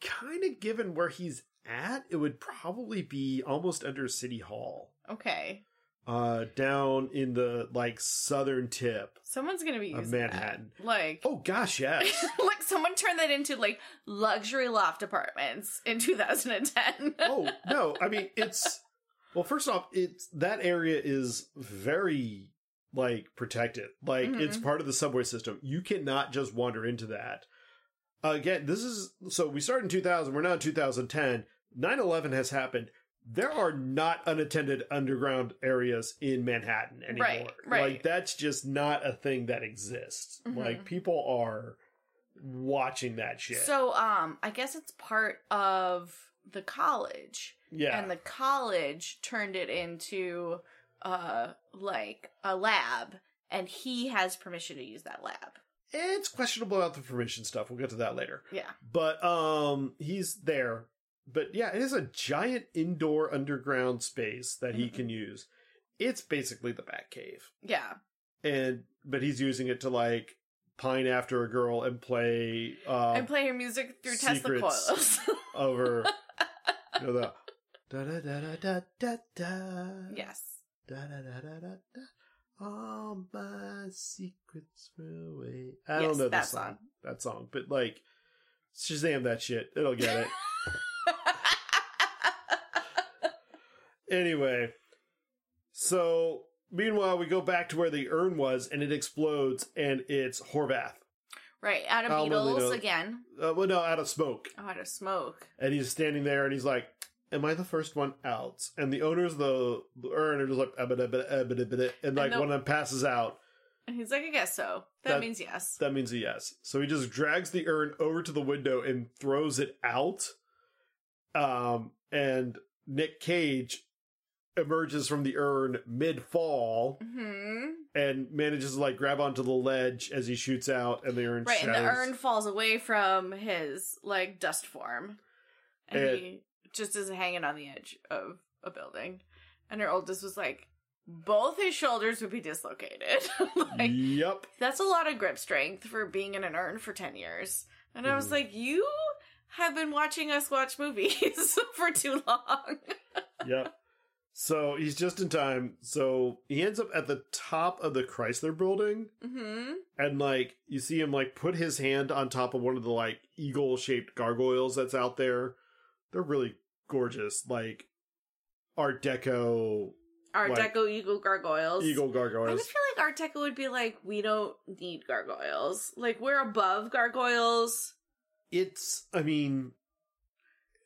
kind of given where he's at, it would probably be almost under City Hall. Okay. uh down in the like southern tip Someone's gonna be Of using that. Manhattan. Like, oh gosh yes like someone turned that into like luxury loft apartments in 2010. oh no i mean it's well first off it's that area is very like protected like it's Mhm. part of the subway system you cannot just wander into that again this is so we started in 2000 we're now in 2010 9-11 has happened there are not unattended underground areas in manhattan anymore Right, right. like that's just not a thing that exists Mhm. like people are watching that shit. So um I guess it's part of the college. yeah. And the college turned it into uh like a lab and he has permission to use that lab. it's questionable about the permission stuff. We'll get to that later. Yeah. But um he's there. But yeah, it is a giant indoor underground space that he Mhm. can use. It's basically the Batcave. Yeah. And but he's using it to like pine after a girl and play um and play your music through Tesla secrets. coils. over you know, the da da da da da da da yes. da da da da da da all my secrets were away. I Yes, don't know that this song. song. That song, but like Shazam that shit. It'll get it. anyway, so meanwhile we go back to where the urn was, and it explodes, and it's Horvath. right, out of I'll really Beatles know. again. Uh, well, no, out of smoke, Oh, out of smoke. and he's standing there, and he's like. Am I the first one out? And the owners of the the urn are just like, "Ah, bada, bada, ah, bada, bada," and like the- one of them passes out. And he's like, I guess so. That, That- means yes. That means a yes. So he just drags the urn over to the window and throws it out. Um, and Nick Cage emerges from the urn mid fall hmm and manages to like grab onto the ledge as he shoots out, and the urn Right, and the shatters. urn falls away from his like dust form, and And- he just is hanging on the edge of a building. And her oldest was like, both his shoulders would be dislocated. like Yep. that's a lot of grip strength for being in an urn for ten years. And I was Mhm. like, you have been watching us watch movies for too long. Yep. So he's just in time. So he ends up at the top of the Chrysler building. hmm and like you see him like put his hand on top of one of the like eagle shaped gargoyles that's out there they're really gorgeous like art deco Art Like, Deco eagle gargoyles. eagle I would gargoyles feel like Art Deco would be like, we don't need gargoyles. Like we're above gargoyles. it's i mean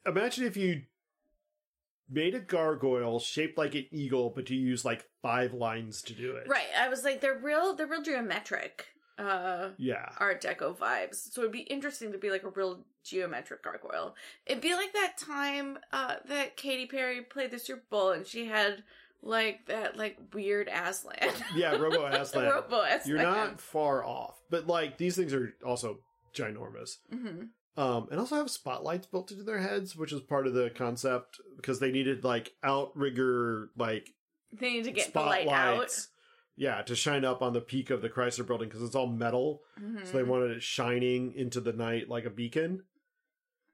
imagine if you made a gargoyle shaped like an eagle but you use like five lines to do it Right. I was like, they're real. They're real geometric. Uh, yeah Art Deco vibes. So it'd be interesting to be like a real geometric gargoyle. It'd be like that time uh, that Katy Perry played the Super Bowl and she had like that like weird Aslan. yeah robo aslan Robo Aslan. you're not far off but like these things are also ginormous hmm um, and also have spotlights built into their heads, which is part of the concept because they needed like outrigger like They need to get spotlights, the light out. yeah, to shine up on the peak of the Chrysler Building because it's all metal, so they Mhm. wanted it shining into the night like a beacon.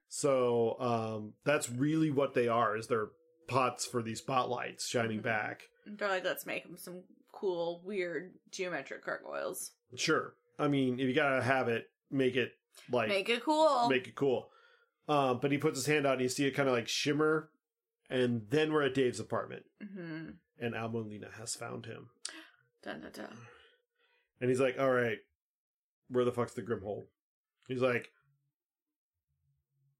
So um, that's really what they are: is they're pots for these spotlights shining Mhm. back. They're like, let's make them some cool, weird geometric gargoyles. Sure, I mean if you gotta have it, make it like make it cool. make it cool. Um, but he puts his hand out and you see it kind of like shimmer. And then we're at Dave's apartment, hmm and Almolina has found him. Dun, dun, dun. And he's like, All right, where the fuck's the Grimhold? He's like,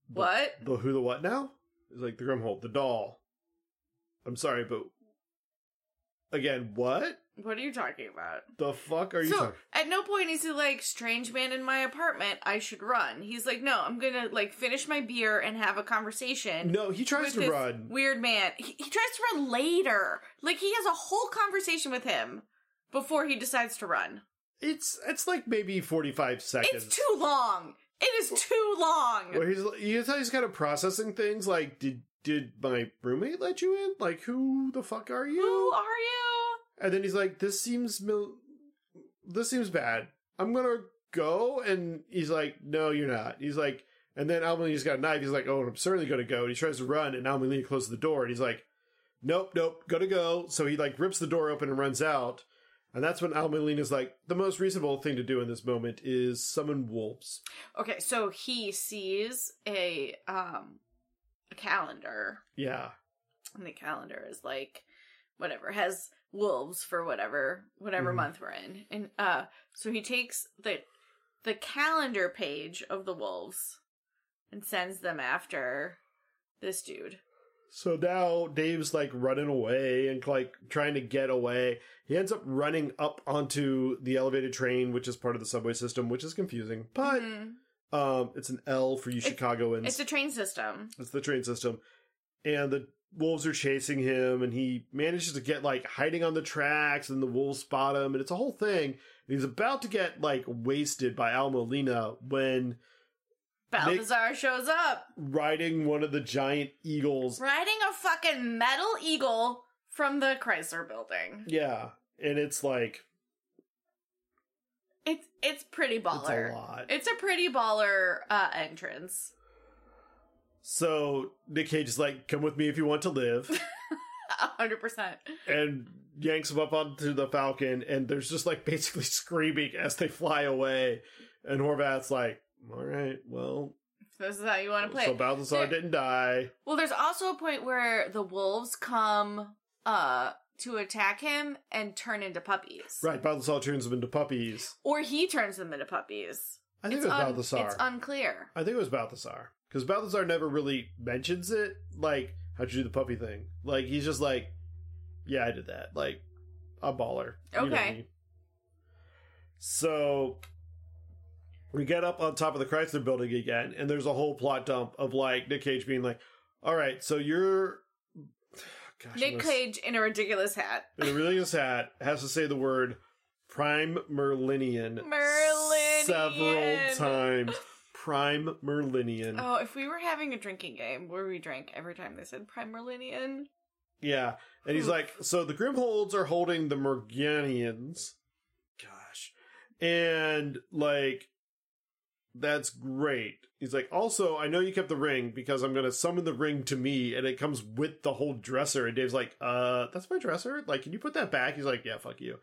the- What? The who the what now? He's like, The Grimhold, the doll. I'm sorry, but again, what What are you talking about? the fuck are you so talking at no point is he like strange man in my apartment i should run he's like no i'm gonna like finish my beer and have a conversation No, he tries with to this run. weird man he, he tries to run later like he has a whole conversation with him before he decides to run It's it's like maybe 45 seconds. it's too long it is too long Where he's you know, he's kind of processing things like did did my roommate let you in? Like who the fuck are who you? are you And then he's like, this seems mil- this seems bad. I'm gonna go. And he's like, no, you're not. He's like, and then Almelina's got a knife. He's like, oh, I'm certainly gonna go. And he tries to run, and Almelina closes the door, and he's like, nope, nope, gotta go. So he like rips the door open and runs out. And that's when Almelina's like, the most reasonable thing to do in this moment is summon wolves. okay so he sees a um a calendar Yeah. and the calendar is like whatever has wolves for whatever whatever Mhm. month we're in and uh so he takes the the calendar page of the wolves and sends them after this dude So now Dave's like running away and like trying to get away. He ends up running up onto the elevated train, which is part of the subway system, which is confusing, but Mhm. Um, it's an L for you It's- Chicagoans. It's a train system. It's the train system. And the wolves are chasing him, and he manages to get like hiding on the tracks, and the wolves spot him, and it's a whole thing. And he's about to get like wasted by Al Molina when Balthazar shows up riding one of the giant eagles. riding a fucking metal eagle from the Chrysler building. Yeah. And it's like, It's it's pretty it's a baller. lot. It's a, pretty baller uh, entrance. So Nick Cage is like, come with me if you want to live. A hundred percent. and yanks him up onto the Falcon, and there's just like basically screaming as they fly away. And Horvath's like, all right, well, This is how you want to play. so it. Balthazar There- didn't die. Well, there's also a point where the wolves come uh to attack him and turn into puppies. Right, Balthazar turns them into puppies. Or he turns them into puppies. I think It's it was un- Balthazar. It's unclear. I think it was Balthazar. Because Balthazar never really mentions it, like, how'd you do the puppy thing? Like, he's just like, yeah, I did that. Like, a baller. You know Okay. me. So, we get up on top of the Chrysler building again, and there's a whole plot dump of, like, Nick Cage being like, all right, so you're. Gosh, Nick Cage. Cage in a ridiculous hat. And it really is hat has to say the word prime Merlinian, Merlinian. several times. Prime Merlinian. Oh, if we were having a drinking game where we drank every time they said Primerlinian. Yeah. And he's Oof. like, so the Grimholds are holding the Morganians. Gosh. And like, that's great. He's like, also, I know you kept the ring because I'm going to summon the ring to me and it comes with the whole dresser. And Dave's like, uh, that's my dresser. Like, can you put that back? He's like, yeah, fuck you.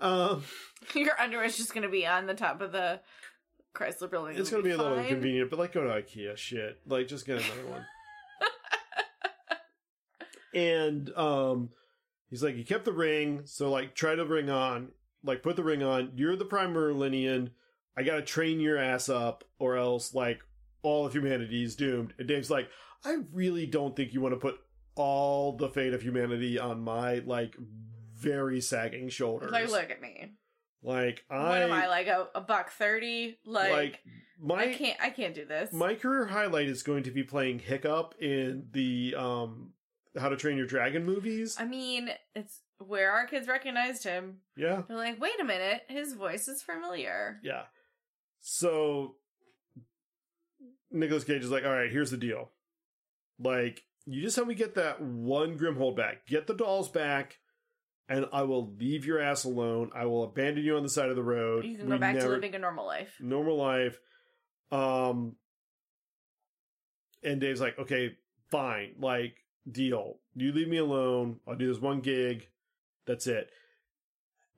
Um, Your underwear is just going to be on the top of the Chrysler building. It's gonna be a little fine. inconvenient, but like go to IKEA, shit. Like just get another one. and um, he's like, you kept the ring, so like try the ring on, like put the ring on. You're the prime Merlinian. I gotta train your ass up, or else like all of humanity is doomed. And Dave's like, I really don't think you want to put all the fate of humanity on my like very sagging shoulders. Like, look at me. Like what am I I, like a, a buck thirty? Like, like my I can't. I can't do this. My career highlight is going to be playing Hiccup in the um How to Train Your Dragon movies. I mean, it's where our kids recognized him. yeah. They're like, wait a minute, his voice is familiar. Yeah. So Nicholas Cage is like, all right, here's the deal. Like, you just help me get that one Grimhold back. Get the dolls back, and I will leave your ass alone. I will abandon you on the side of the road. You can We go back to never- living a normal life. normal life. Um, and Dave's like, okay, fine, like deal. You leave me alone. I'll do this one gig. That's it.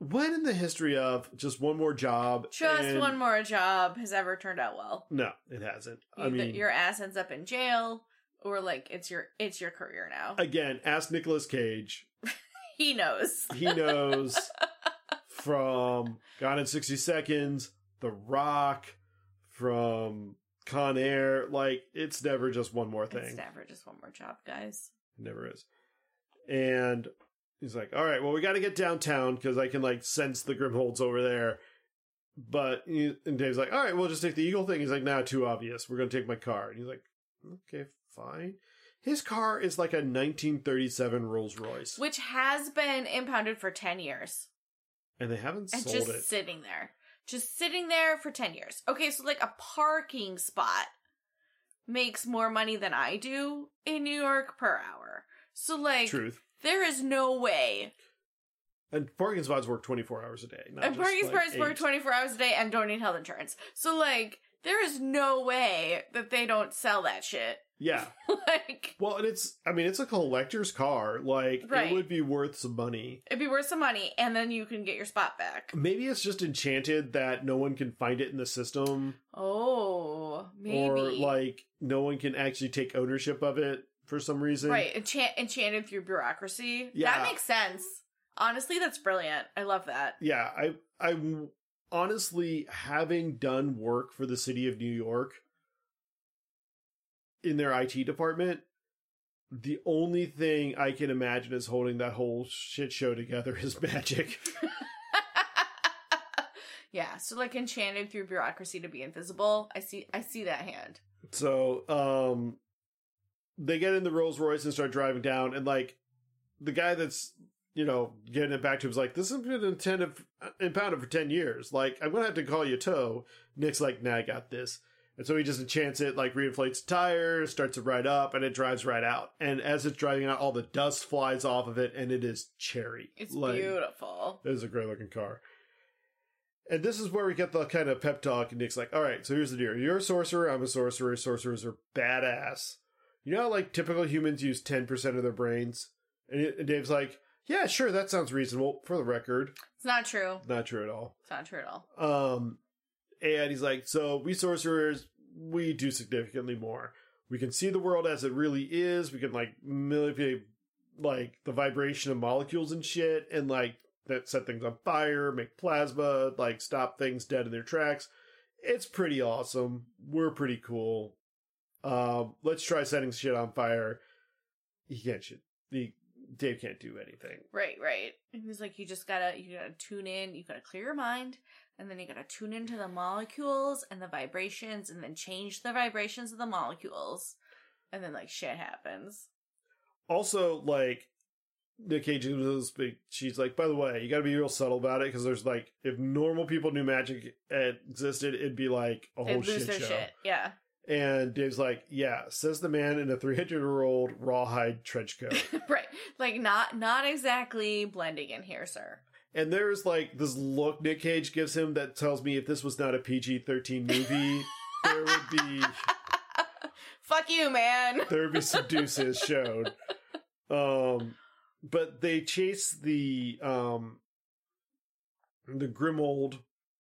When in the history of just one more job? Just and- one more job has ever turned out well. No, it hasn't. I Either mean, your ass ends up in jail, or like it's your it's your career now. again, ask Nicolas Cage. he knows. He knows from Gone in sixty seconds, The Rock, from Con Air. Like it's never just one more thing. It's never just one more job, guys. It never is. And he's like, all right, well, we got to get downtown because I can like sense the Grimholds over there. But he- and Dave's like, all right, we'll just take the eagle thing. He's like, nah, too obvious. We're gonna take my car. And he's like, okay, fine. His car is like a 1937 Rolls Royce, Which has been impounded for ten years. and they haven't and sold just it. sitting there just sitting there for 10 years okay so like a parking spot makes more money than i do in new york per hour so like Truth. there is no way And parking spots work 24 hours a day. Not and just, parking like, spots work eight. 24 hours a day and don't need health insurance so like there is no way that they don't sell that shit Yeah. like Well, and it's, I mean, it's a collector's car. Like, Right. it would be worth some money. it'd be worth some money and then you can get your spot back Maybe it's just enchanted that no one can find it in the system, oh maybe or like no one can actually take ownership of it for some reason. Right, enchant- enchanted through bureaucracy. Yeah. That makes sense. Honestly, that's brilliant. I love that. Yeah, I, I honestly, having done work for the city of New York in their IT department, the only thing I can imagine is holding that whole shit show together is magic. Yeah, so like enchanted through bureaucracy to be invisible. I see I see that hand. So um they get in the Rolls Royce and start driving down, and like the guy that's you know getting it back to him is like, "This has been intended uh, impounded for ten years. Like I'm gonna have to call you tow." Nick's like, "Nah, I got this." And so he just enchants it, like reinflates the tire, starts to ride up, and it drives right out. And as it's driving out, all the dust flies off of it, and it is cherry. It's Like, beautiful. It is a great looking car. And this is where we get the kind of pep talk. And Nick's like, all right, so here's the deal. You're a sorcerer. I'm a sorcerer. Sorcerers are badass. You know how, like, typical humans use 10% of their brains? And and Dave's like, yeah, sure. That sounds reasonable. For the record, It's not true. not true at all. It's not true at all. Um, and he's like, so we sorcerers, we do significantly more. We can see the world as it really is. We can like manipulate like the vibration of molecules and shit, and like that set things on fire, make plasma, like stop things dead in their tracks. It's pretty awesome. We're pretty cool. Um, let's try setting shit on fire. He can't shit. He, Dave can't do anything. Right, right. He was like, you just gotta, you gotta tune in. You gotta clear your mind, and then you gotta tune into the molecules and the vibrations, and then change the vibrations of the molecules, and then like shit happens. also like Nick Cage was big. She's like, by the way, you got to be real subtle about it because there's like, if normal people knew magic existed, it'd be like a They whole lose shit their show. shit. Yeah. And Dave's like, yeah, says the man in a 300 year old rawhide trench coat. right. Like not, not exactly blending in here, sir. and there's like this look Nick Cage gives him that tells me if this was not a PG 13 movie, there would be Fuck you, man. there would be some deuces shown. Um, but they chase the um the Grimold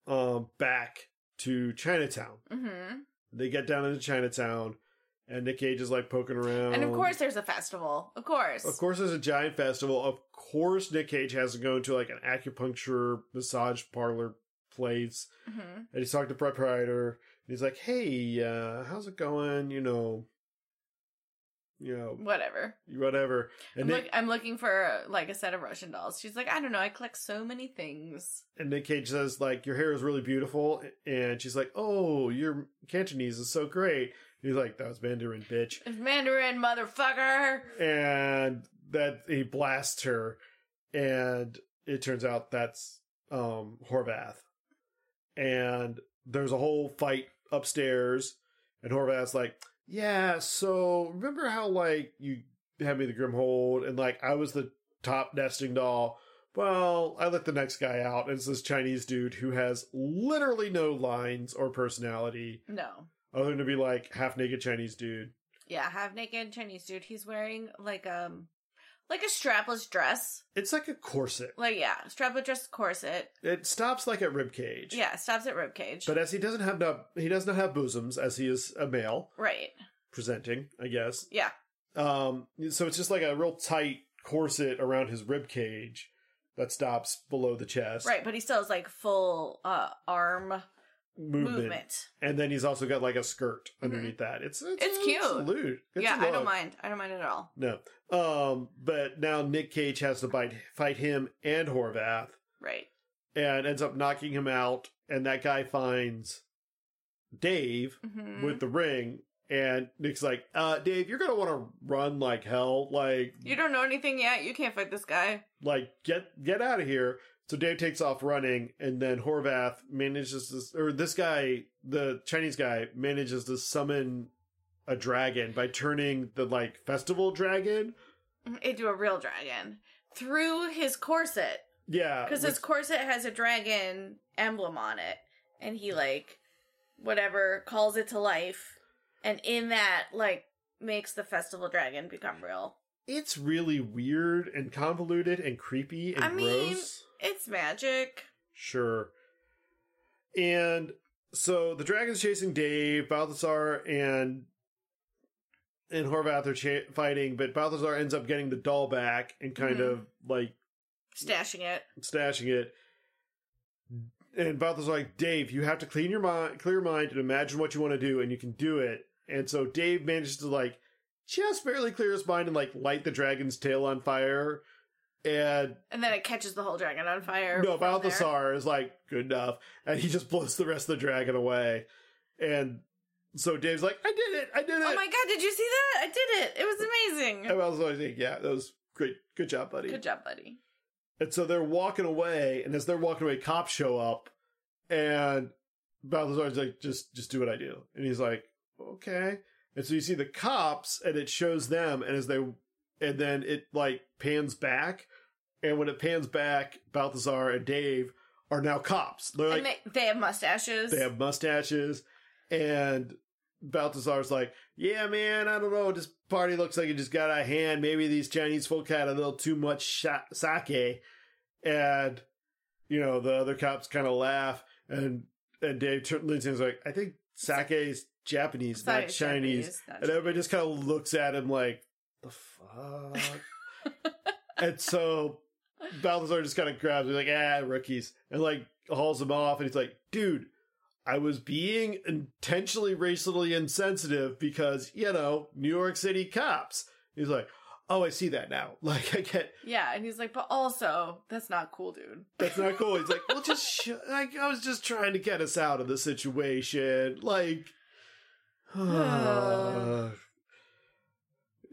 um back to Chinatown. hmm They get down into Chinatown, and Nick Cage is like poking around. And of course, there's a festival. Of course. of course, there's a giant festival. Of course, Nick Cage has to go into like an acupuncture massage parlor place. hmm And he's talking to proprietor. And he's like, "Hey, uh, how's it going? You know, you know, Whatever. whatever." I'm, And Nick, look, I'm looking for like a set of Russian dolls. She's like, I don't know. I collect so many things. and Nick Cage says like, "Your hair is really beautiful," and she's like, "Oh, your Cantonese is so great." He's like, "That was Mandarin, bitch," It's Mandarin, motherfucker. and that he blasts her, and it turns out that's um Horvath, and there's a whole fight upstairs, and Horvath's like, "Yeah, so remember how like you had me the Grimhold, and like I was the top nesting doll." Well, I let the next guy out, and it's this Chinese dude who has literally no lines or personality No. other than to be like half naked Chinese dude. Yeah, half naked Chinese dude. He's wearing like um like a strapless dress. It's like a corset. Like yeah, strapless dress corset. It stops like at rib cage. Yeah, stops at ribcage. But as he doesn't have no, he does not have bosoms, as he is a male right. presenting, I guess. Yeah. Um, so it's just like a real tight corset around his rib cage that stops below the chest. Right, but he still has like full uh arm Movement. movement. And then he's also got like a skirt Mhm. underneath that. It's it's, It's cute. lewd. It's yeah, a I don't look. mind. I don't mind at all. No. Um, but now Nick Cage has to bite, fight him and Horvath Right. and ends up knocking him out. And that guy finds Dave, Mm-hmm. with the ring and Nick's like, uh, Dave, you're gonna wanna run like hell. Like You don't know anything yet. You can't fight this guy. like get get out of here. So Dave takes off running and then Horvath manages this or this guy, the Chinese guy, manages to summon a dragon by turning the like festival dragon. Into Mm-hmm. a real dragon through his corset Yeah. because with- his corset has a dragon emblem on it, and he like whatever calls it to life, and in that like makes the festival dragon become real. it's really weird and convoluted and creepy and I mean- gross. It's magic. Sure. And so the dragon's chasing Dave, Balthazar, and and Horvath are cha- fighting, but Balthazar ends up getting the doll back and kind Mhm. of like Stashing it. stashing it. And Balthazar's like, Dave, you have to clean your mind, clear your mind, and imagine what you want to do, and you can do it. And so Dave manages to like just barely clear his mind and like light the dragon's tail on fire, And And then it catches the whole dragon on fire. no, from there. Balthasar is like, good enough. And he just blows the rest of the dragon away. And so Dave's like, I did it, I did it. Oh my god, did you see that? I did it. It was amazing. and Balthasar's like, yeah, that was great. Good job, buddy. Good job, buddy. And so they're walking away, and as they're walking away, cops show up, and Balthazar's like, "Just, just do what I do," and he's like, "Okay." And so you see the cops, and it shows them, and as they, and then it like pans back, and when it pans back, Balthazar and Dave are now cops. They're like, and they, they have mustaches. they have mustaches, and Balthazar's like, "Yeah, man, I don't know. This party looks like it just got out of hand. Maybe these Chinese folk had a little too much sha- sake." And you know, the other cops kind of laugh, and and Dave tur- leans in and is like, "I think sake is Japanese, It's not not Chinese." not And everybody just kind of looks at him like, "The fuck." and so Balthazar just kind of grabs him, like, ah, rookies, and like hauls him off. And he's like, dude, I was being intentionally racially insensitive because, you know, New York Chinese. City cops. He's like, oh, I see that now. Like, I get Yeah, and he's like, but also, that's not cool, dude. that's not cool. He's like, well, just, sh- like, I was just trying to get us out of the situation. Like,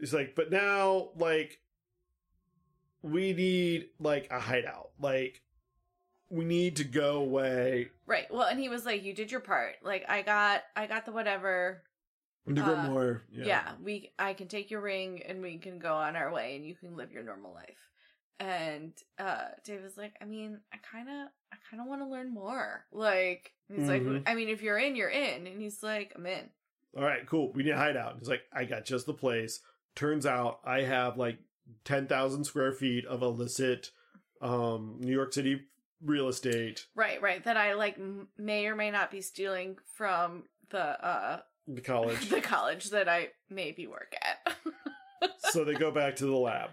he's like, but now, like, we need, like, a hideout. Like, we need to go away. Right. Well, and he was like, you did your part. Like, I got, I got the whatever. The Uh, Grimoire. Yeah. we, I can take your ring and we can go on our way and you can live your normal life. And uh Dave was like, I mean, I kind of, I kind of want to learn more. Like, and he's like, Mhm. I mean, if you're in, you're in. And he's like, I'm in. all right, cool. We need a hideout. He's like, I got just the place. Turns out I have like 10,000 square feet of illicit um, New York City real estate. Right, right. That I like m- may or may not be stealing from the uh The college. the college that I maybe work at. so they go back to the lab.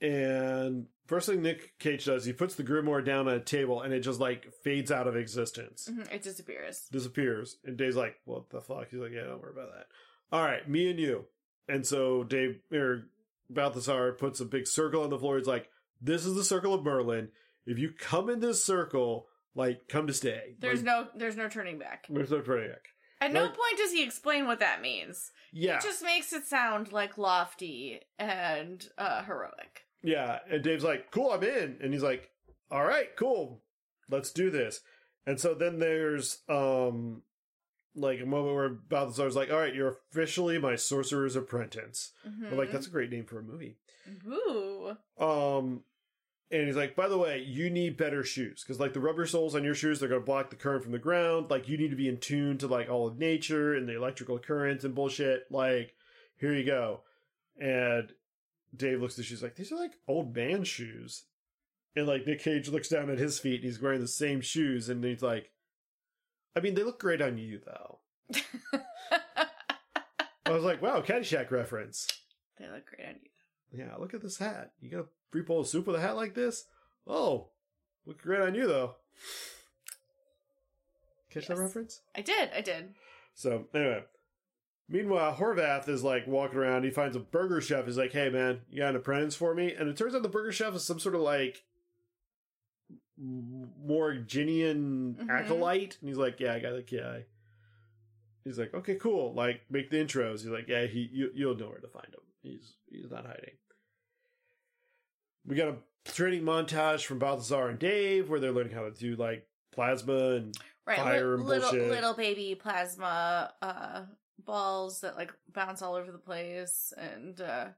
And first thing Nick Cage does, he puts the grimoire down on a table and it just like fades out of existence. Mhm, it disappears. disappears. And Dave's like, "What the fuck?" He's like, "Yeah, don't worry about that." All right, me and you. And so Dave or Balthasar puts a big circle on the floor. He's like, "This is the circle of Merlin. If you come in this circle, like, come to stay. There's Like, no there's no turning back. there's no turning back." At no Like- point does he explain what that means. Yeah, It just makes it sound like lofty and uh heroic. yeah. And Dave's like, "Cool, I'm in." And he's like, "All right, cool, let's do this." And so then there's um, like a moment where Balthasar's like, "All right, you're officially my sorcerer's apprentice." I'm like, Mhm. "That's a great name for a movie." Mm-hmm. Ooh. Um, and he's like, by the way, you need better shoes because like the rubber soles on your shoes, they're gonna block the current from the ground. Like you need to be in tune to like all of nature and the electrical currents and bullshit. Like here you go. And Dave looks at the shoes like these are like old man shoes. And like Nick Cage looks down at his feet and he's wearing the same shoes and he's like, I mean, they look great on you though. I was like, wow, Caddyshack reference. They look great on you. Yeah, look at this hat. You got a free bowl of soup with a hat like this? Oh, look great on you though. Catch that Yes. reference? I did, I did. So anyway, meanwhile Horvath is like walking around. He finds a burger chef. He's like, "Hey man, you got an apprentice for me?" And it turns out the burger chef is some sort of like more Ginian Mhm. acolyte. And he's like, "Yeah, I got the guy." He's like, "Okay, cool. Like, make the intros." He's like, "Yeah, he you, you'll know where to find him. He's he's not hiding." We got a training montage from Balthazar and Dave where they're learning how to do like plasma and Right. Fire li- and little bullshit. little baby plasma uh balls that like bounce all over the place and uh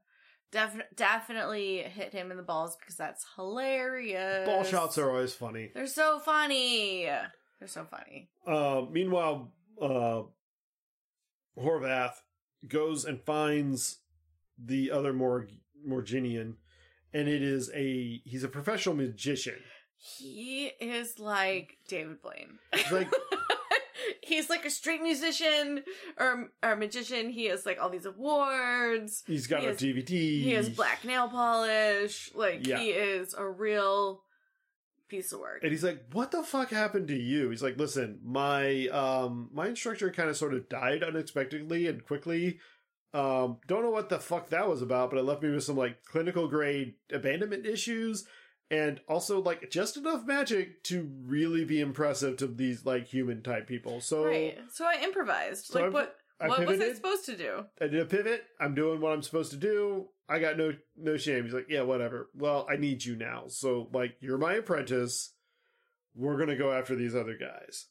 def- definitely hit him in the balls because that's hilarious. ball shots are always funny. They're so funny. They're so funny. Uh, meanwhile, uh, Horvath goes and finds the other Morg- Morginian, and it is a he's a professional magician. He is like David Blaine. He's like He's like a street musician or, or magician. He has like all these awards. he's got He a is- DVD. He has black nail polish. Like Yeah. he is a real piece of work. And he's like, "What the fuck happened to you?" He's like, "Listen, my um my instructor kind of sort of died unexpectedly and quickly. Um, don't know what the fuck that was about, but it left me with some like clinical grade abandonment issues and also like just enough magic to really be impressive to these like human type people. So right. So I improvised. So like I- what? I what was I pivoted. supposed to do? I did a pivot. I'm doing what I'm supposed to do. I got no no shame. He's like, yeah, whatever. Well, I need you now. So like, you're my apprentice. We're gonna go after these other guys.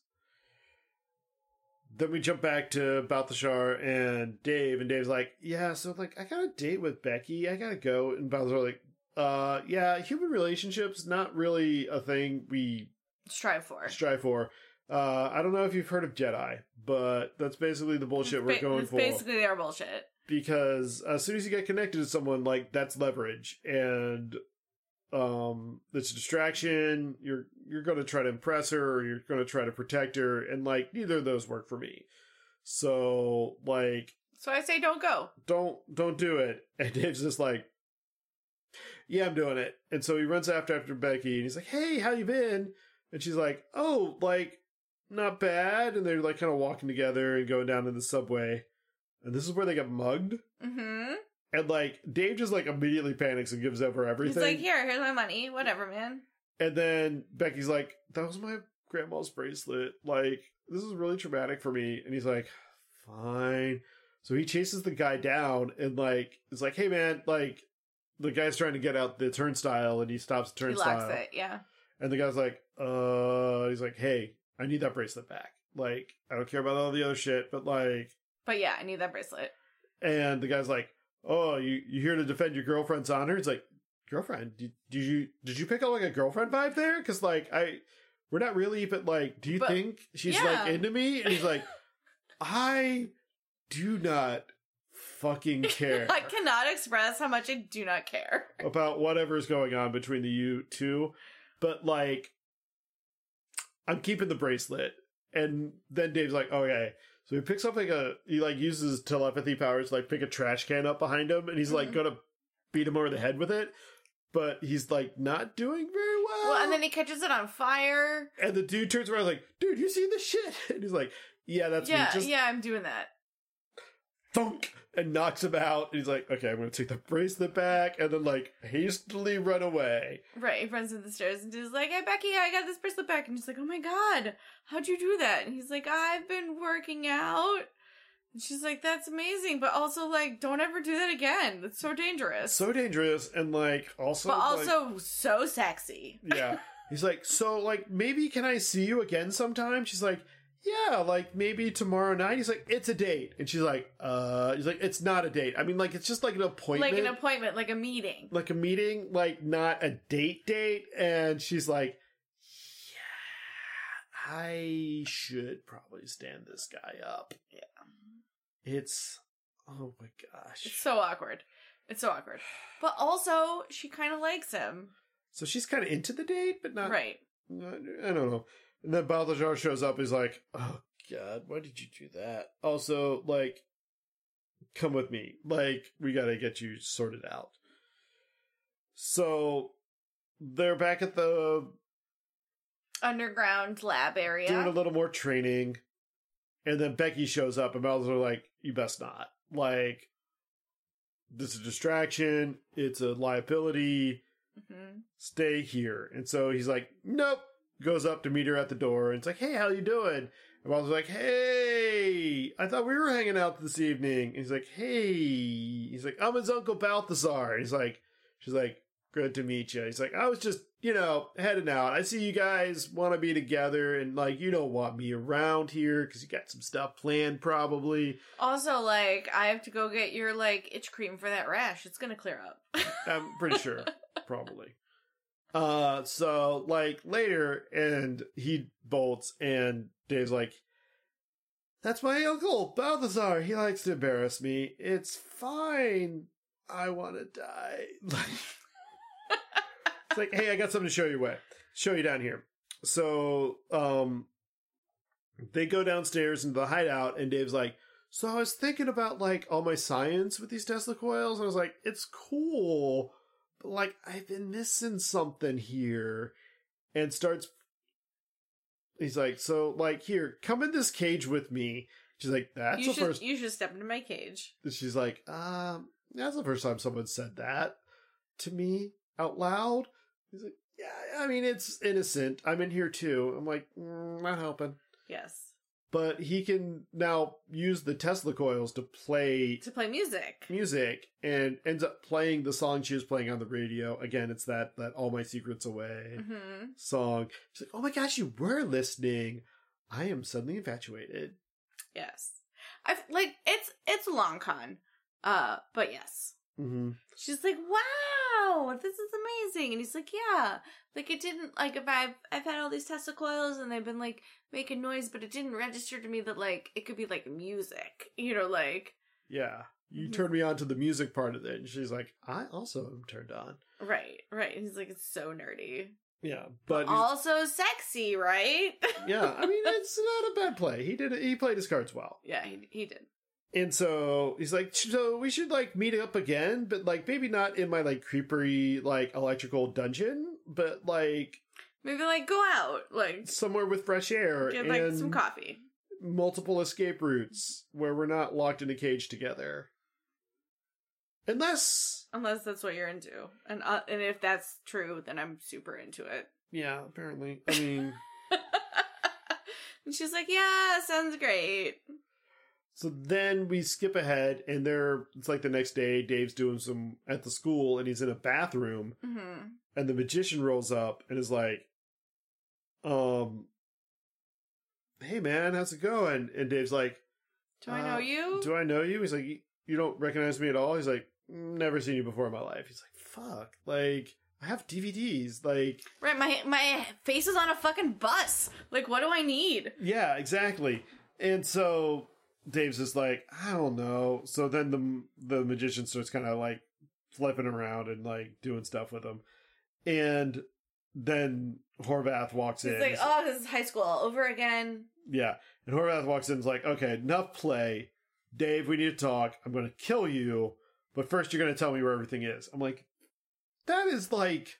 Then we jump back to Balthasar and Dave, and Dave's like, yeah, so like I got a date with Becky. I gotta go. And Balthasar like, uh, yeah, human relationships not really a thing we Strive for. strive for. Uh, I don't know if you've heard of Jedi, but that's basically the bullshit we're Ba- going it's for Basically, their bullshit. because as soon as you get connected to someone like that's leverage and um it's a distraction you're you're going to try to impress her or you're going to try to protect her and like neither of those work for me so like So I say, don't go. don't don't do it and dave's just like yeah i'm doing it and so he runs after after becky and he's like hey how you been and she's like oh like not bad and they're like kind of walking together and going down to the subway and this is where they get mugged Mm-hmm. and like Dave just like immediately panics and gives over He's everything. like, here, here's my money. Whatever, man. and then Becky's like, "That was my grandma's bracelet. Like this is really traumatic for me." And he's like, "Fine." So he chases the guy down and like is like, "Hey man, like the guy's trying to get out the turnstile and he stops the He locks turnstile." it. Yeah. And the guy's like, "Uh," he's like, "Hey, I need that bracelet back. Like I don't care about all the other shit, but like But yeah, I need that bracelet. And the guy's like, "Oh, you you here to defend your girlfriend's honor?" It's like, "Girlfriend? Did, did you did you pick up like a girlfriend vibe there? Because like I, we're not really, but like, do you But- think she's yeah. like into me?" And he's like, "I do not fucking care I cannot express how much I do not care. about whatever's going on between the you two, but like, I'm keeping the bracelet." And then Dave's like, "Okay." So he picks up like a he like uses telepathy powers to like pick a trash can up behind him, and he's like Mhm. gonna beat him over the head with it, but he's like not doing very well. Well, and then he catches it on fire. and the dude turns around like, "Dude, you see this shit?" And he's like, "Yeah, that's yeah, me." Just yeah, I'm doing that. thunk and knocks him out. And he's like, "Okay, I'm gonna take the bracelet back," and then like hastily run away. Right, he runs up the stairs and is like, "Hey Becky, I got this bracelet back." And she's like, "Oh my god, how'd you do that?" And he's like, "I've been working out." And she's like, "That's amazing, but also like, don't ever do that again. That's so dangerous, So dangerous, and like also, but like- also so sexy." yeah. He's like, so like maybe can I see you again sometime? She's like, yeah, like maybe tomorrow night. He's like, it's a date, and she's like, uh, he's like, it's not a date. I mean, like it's just like an appointment, Like an appointment, like a meeting. like a meeting, like not a date date. And she's like, yeah, I should probably stand this guy up. Yeah. It's oh my gosh. It's so awkward. It's so awkward. But also, she kind of likes him. so she's kind of into the date, but not right. I don't know. And then Balthazar shows up. He's like, "Oh God, why did you do that?" Also, like, come with me. Like, we gotta get you sorted out. So they're back at the Underground lab area. doing a little more training, and then Becky shows up, and Balthazar like, "You best not. Like, this is a distraction. It's a liability." Mhm. stay here. And so he's like, nope. Goes up to meet her at the door and it's like, hey, how you doing? And Bob's like, hey, I thought we were hanging out this evening. And he's like, hey. He's like, I'm his Uncle Balthazar. And he's like, she's like, good to meet you. He's like, I was just, you know, heading out. I see you guys want to be together and like, you don't want me around here because you got some stuff planned probably. Also, like, I have to go get your like itch cream for that rash. It's gonna clear up. I'm pretty sure, probably. Uh, so like later, and he bolts, and Dave's like, "That's my uncle Balthazar. He likes to embarrass me. It's fine. I want to die." Like, it's like, "Hey, I got something to show you. Way, show you down here." So, um, they go downstairs into the hideout, and Dave's like. So I was thinking about like all my science with these Tesla coils, and I was like, it's cool, but like I've been missing something here. And starts he's like, so like here, come in this cage with me. She's like, that's you the should first. you should step into my cage. She's like, um, that's the first time someone said that to me out loud. He's like, yeah, I mean, it's innocent. I'm in here too. I'm like, mm, not helping. Yes. But he can now use the Tesla coils to play To play music. music and ends up playing the song she was playing on the radio. Again, it's that that All My Secrets Away hmm song. She's like, "Oh my gosh, you were listening. I am suddenly infatuated." Yes. I've like it's it's a long con. Uh but yes. hmm She's like, "Wow, this is amazing," and he's like, "Yeah, like it didn't like if I've I've had all these Tesla coils and they've been like making noise, but it didn't register to me that like it could be like music, you know, like Yeah, you Mhm. turned me on to the music part of it, and she's like, "I also am turned on." right, right." And he's like, "It's so nerdy, Yeah, but he's- also sexy, right?" yeah, I mean, it's not a bad play. He did. He played his cards well. yeah, he he did. And so he's like, so we should like meet up again, but like maybe not in my like creepery like electrical dungeon, but like Maybe like go out, like somewhere with fresh air get and like some coffee. multiple escape routes where we're not locked in a cage together. Unless, Unless that's what you're into, and uh, and if that's true, then I'm super into it. yeah, apparently. I mean, and she's like, "Yeah, sounds great." so then we skip ahead, and they're it's like the next day. Dave's doing some at the school, and he's in a bathroom, hmm and the magician rolls up and is like, um, hey man, how's it going? And Dave's like, Do I know Uh, you? do I know you? He's like, "You- you don't recognize me at all? He's like, never seen you before in my life. He's like, fuck, like, I have DVDs. Like, right, my my face is on a fucking bus. Like, what do I need? yeah, exactly. And so Dave's just like, I don't know. So then the the magician starts kind of like flipping around and like doing stuff with him. And then Horvath walks She's in. like, oh, this is high school all over again. Yeah. And Horvath walks in and is like, okay, enough play. Dave, we need to talk. I'm going to kill you, but first you're going to tell me where everything is. I'm like, that is like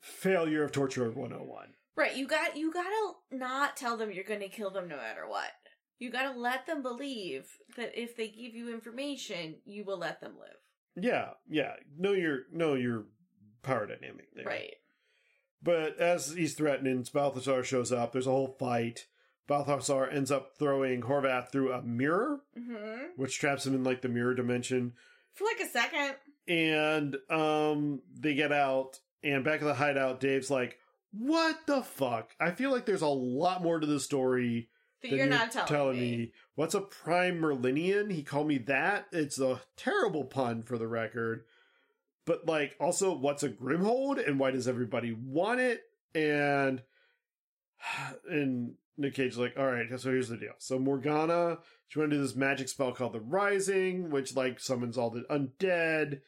failure of oh torture 101. Right, you got you gotta not tell them you're gonna kill them no matter what. You gotta let them believe that if they give you information, you will let them live. Yeah. Yeah. Know your, know your power dynamic there. Right. But as he's threatening, Balthasar shows up. There's a whole fight. Balthasar ends up throwing Horvath through a mirror, Mm-hmm. which traps him in like the mirror dimension. For like a second. and um they get out and back at the hideout dave's like what the fuck i feel like there's a lot more to the story That than you're, not telling, me. what's a prime merlinian he called me that it's a terrible pun for the record but like also what's a grimhold and why does everybody want it and and Nick Cage is like, all right, so here's the deal. So Morgana, she went to do this magic spell called the Rising, which like summons all the undead.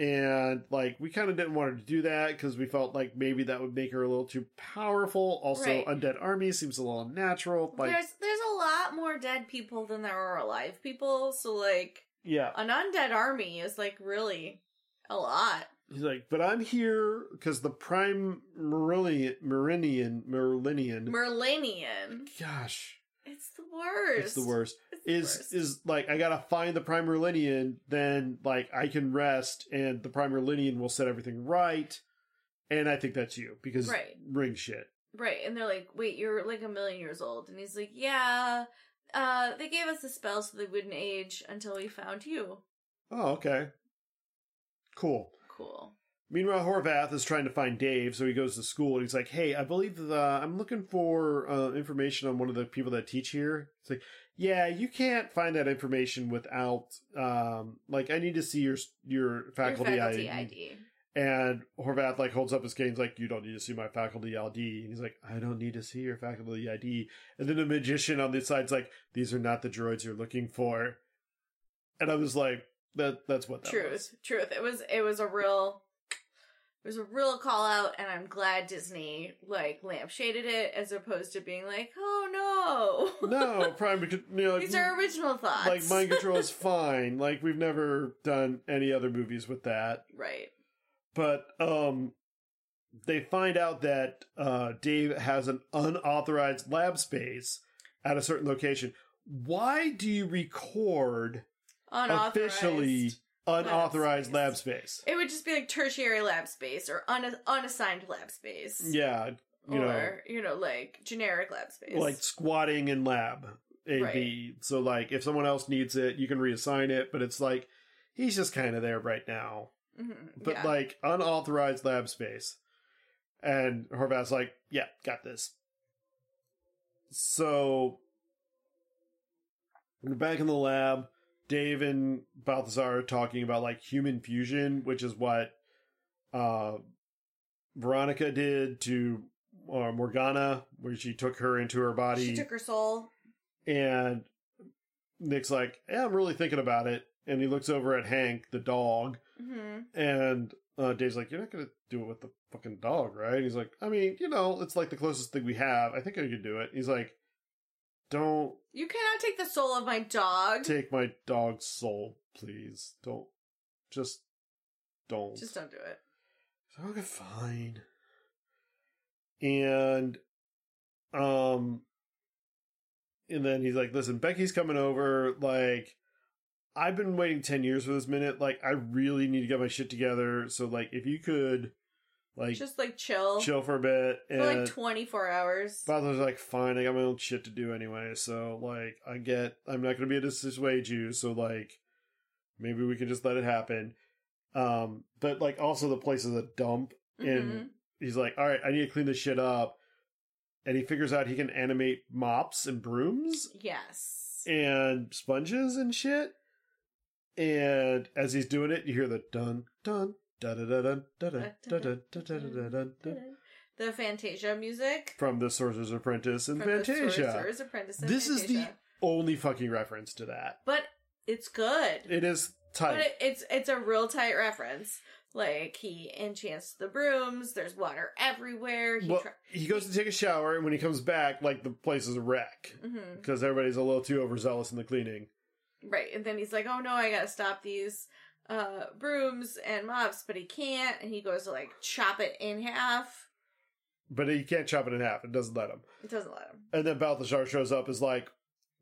And like we kind of didn't want her to do that because we felt like maybe that would make her a little too powerful. Also, Right. undead army seems a little unnatural. Like, there's there's a lot more dead people than there are alive people, so like yeah, an undead army is like really a lot. he's like, but I'm here because the Prime Merilian, Merinian, Merlinian. Merlanian. gosh, It's the worst. it's the worst. It's the is worst. is like I gotta find the primer linian, then like I can rest, and the primer linian will set everything right. And I think that's you because Right. ring shit. right. And they're like, "Wait, you're like a million years old." And he's like, "Yeah, uh, they gave us the spell so they wouldn't age until we found you." Oh, okay, cool. Cool. Meanwhile, Horvath is trying to find Dave, so he goes to school and he's like, "Hey, I believe that uh, I'm looking for uh, information on one of the people that teach here." It's like, "Yeah, you can't find that information without um, like I need to see your your faculty, E Your faculty E ID. ID. And Horvath like holds up his cane, he's like, "You don't need to see my faculty ID." And he's like, "I don't need to see your faculty ID." And then the magician on the side's like, "These are not the droids you're looking for." And I was like, "That that's what that Truth. was." Truth. It was. It was a real. It was a real call out, and I'm glad Disney like lampshaded it as opposed to being like, "Oh no, No, prime, you know, these are original thoughts." like mind control is fine. Like we've never done any other movies with that. right. but um they find out that uh Dave has an unauthorized lab space at a certain location. why do you record Unauthorized. officially unauthorized lab lab space? It would just be like tertiary lab space or un- unassigned lab space. Yeah, you know, or, you know, like generic lab space. like squatting in lab A Right. B. So like, if someone else needs it, you can reassign it. But it's like he's just kind of there right now. Mhm, But yeah. like unauthorized lab space, and Horvath's like, yeah, got this. So we're back in the lab. Dave and Balthazar are talking about like human fusion, which is what uh, Veronica did to uh, Morgana, where she took her into her body. she took her soul. And Nick's like, yeah, I'm really thinking about it. And he looks over at Hank, the dog, hmm and uh, Dave's like, "You're not gonna do it with the fucking dog, right?" He's like, "I mean, you know, it's like the closest thing we have. I think I could do it." He's like, "Don't You cannot take the soul of my dog. take my dog's soul, please. Don't, just don't." Just don't do it. He's like, okay, fine. And, um, and then he's like, "Listen, Becky's coming over. Like, I've been waiting ten years for this minute. Like, I really need to get my shit together. So, like, if you could." Like just like chill, chill for a bit. And for like 24 hours. Father's like, fine, I got my own shit to do anyway, so like, I get, I'm not gonna be able to dissuade you, so like, maybe we can just let it happen. Um, but like, also the place is a dump, and Mhm. he's like, all right, I need to clean this shit up, and he figures out he can animate mops and brooms Yes. and sponges and shit. And as he's doing it, you hear the dun dun da da da dun da da da da da da da da da the Fantasia music from The Sorcerer's Apprentice and from the Fantasia. Sorcerer's Apprentice and This is the Fantasia. only fucking reference to that. But it's good. It is but tight. it, it's it's a real tight reference. Like he enchants the brooms. There's water everywhere. He well, try- he goes to take a shower, and when he comes back, like the place is a wreck Mhm. because everybody's a little too overzealous in the cleaning. right, and then he's like, "Oh no, I gotta stop these uh brooms and mops," but he can't, and he goes to like chop it in half. But he can't chop it in half; it doesn't let him. It doesn't let him. And then Balthazar shows up, is like,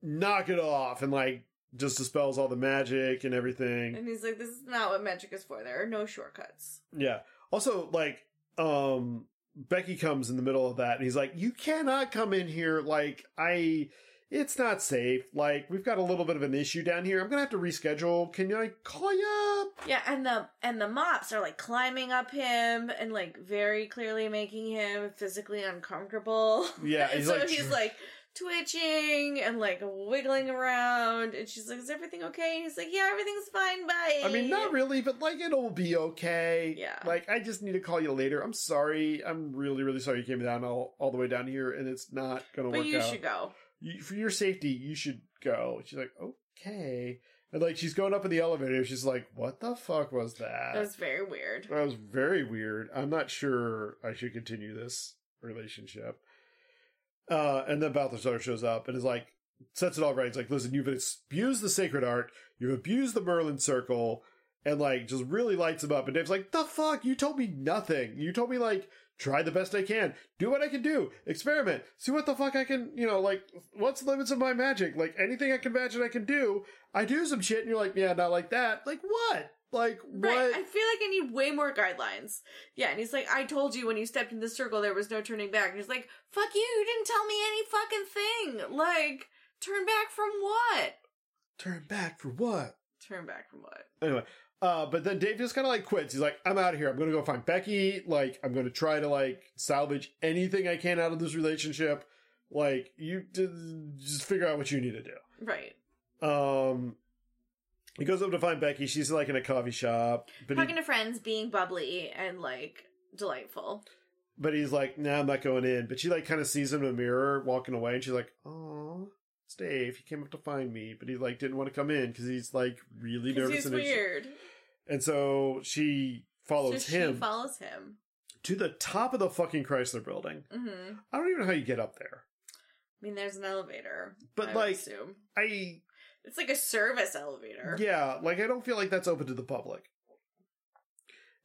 "Knock it off!" and like just dispels all the magic and everything. And he's like, "This is not what magic is for. There are no shortcuts." Yeah. Also, like, um, Becky comes in the middle of that and he's like, You cannot come in here. Like, I, it's not safe. Like, we've got a little bit of an issue down here. I'm going to have to reschedule. Can I call you up? Yeah, and the and the mops are like climbing up him and like very clearly making him physically uncomfortable. Yeah, and he's so like- he's like twitching and like wiggling around, and she's like, "Is everything okay?" And he's like, "Yeah, everything's fine. Bye." I mean, not really, but like, it'll be okay. Eh. Yeah. Like, I just need to call you later. I'm sorry. I'm really, really sorry you came down all, all the way down here and it's not going to But work you out. should go. you, for your safety, you should go. She's like, okay. And like, she's going up in the elevator. She's like, what the fuck was that? That was very weird. That was very weird. I'm not sure I should continue this relationship. Uh, and then Balthazar shows up and is like, sets it all right. He's like, listen, you've abused the sacred art, you've abused the Merlin circle, and like just really lights him up. And Dave's like, the fuck? You told me nothing. You told me like, try the best I can, do what I can do, experiment, see what the fuck I can, you know, like, what's the limits of my magic? Like, anything I can imagine I can do, I do some shit. And you're like, yeah, not like that. Like, what? Like, what? Right, I feel like I need way more guidelines. Yeah, and he's like, I told you when you stepped in the circle there was no turning back. And he's like, fuck you, you didn't tell me any fucking thing. Like, turn back from what? Turn back for what? Turn back from what? Anyway, uh, but then Dave just kind of like quits. He's like, I'm out of here. I'm going to go find Becky. Like, I'm going to try to like salvage anything I can out of this relationship. Like, you d- just figure out what you need to do. Right. Um, he goes up to find Becky. She's like in a coffee shop, but he, Talking to friends, being bubbly and like delightful. but he's like, nah, I'm not going in. But she like kind of sees him in a mirror walking away, and she's like, oh. It's Dave, he came up to find me, but he like didn't want to come in because he's like really Because nervous he's and anxious. weird. And so she follows so him. She follows him. to the top of the fucking Chrysler building. hmm I I don't even know how you get up there. mean, there's an elevator. But, I would like- assume. I it's like a service elevator. yeah, like I don't feel like that's open to the public.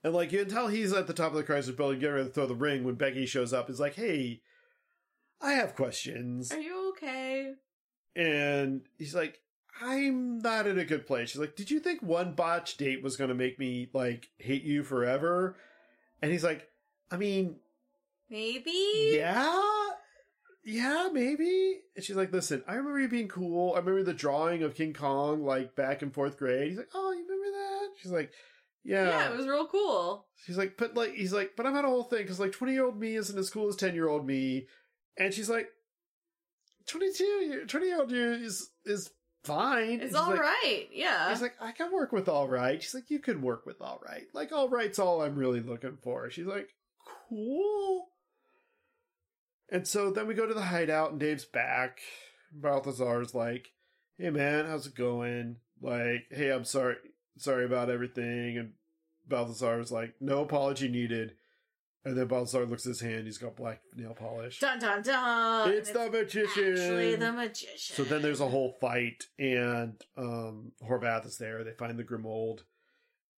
And like you can tell he's at the top of the Chrysler building getting ready to throw the ring when Becky shows up. He's like, "Hey, I have questions." Are you okay? and he's like, I'm not in a good place. She's like, Did you think one botch date was going to make me like hate you forever? And he's like, I mean, Maybe? yeah, yeah, maybe. And she's like, Listen, I remember you being cool. I remember the drawing of King Kong like back in fourth grade. He's like, Oh, you remember that? She's like, Yeah, it was real cool. She's like, but like, he's like, but I've had a whole thing because like 20 year old me isn't as cool as 10 year old me. And she's like, 22, year- 20 year old you is, is fine. And It's she's all right. like, Yeah. He's like, I can work with all right. She's like, you can work with all right. Like, all right's all I'm really looking for. She's like, cool. And so then we go to the hideout, and Dave's back. Balthazar's like, hey man, how's it going? Like, hey, I'm sorry, sorry about everything. And Balthazar's like, no apology needed. And then Balthazar looks at his hand. He's got black nail polish. dun dun dun. it's the magician. actually the magician. So then there's a whole fight, and um, Horvath is there. They find the Grimold,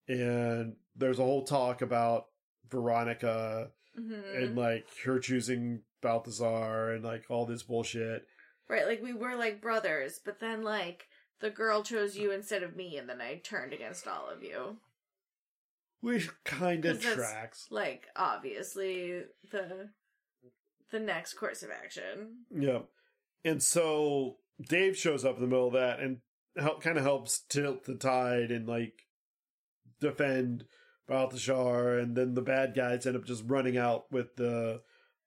and there's a whole talk about Veronica Mhm. and like her choosing Balthazar and like all this bullshit. Right, like we were like brothers, but then like the girl chose you instead of me, and then I turned against all of you. Which kind of 'Cause that's- tracks. Like obviously the the next course of action. Yeah. And so Dave shows up in the middle of that and help, kind of helps tilt the tide and like defend Balthazar. And then the bad guys end up just running out with the.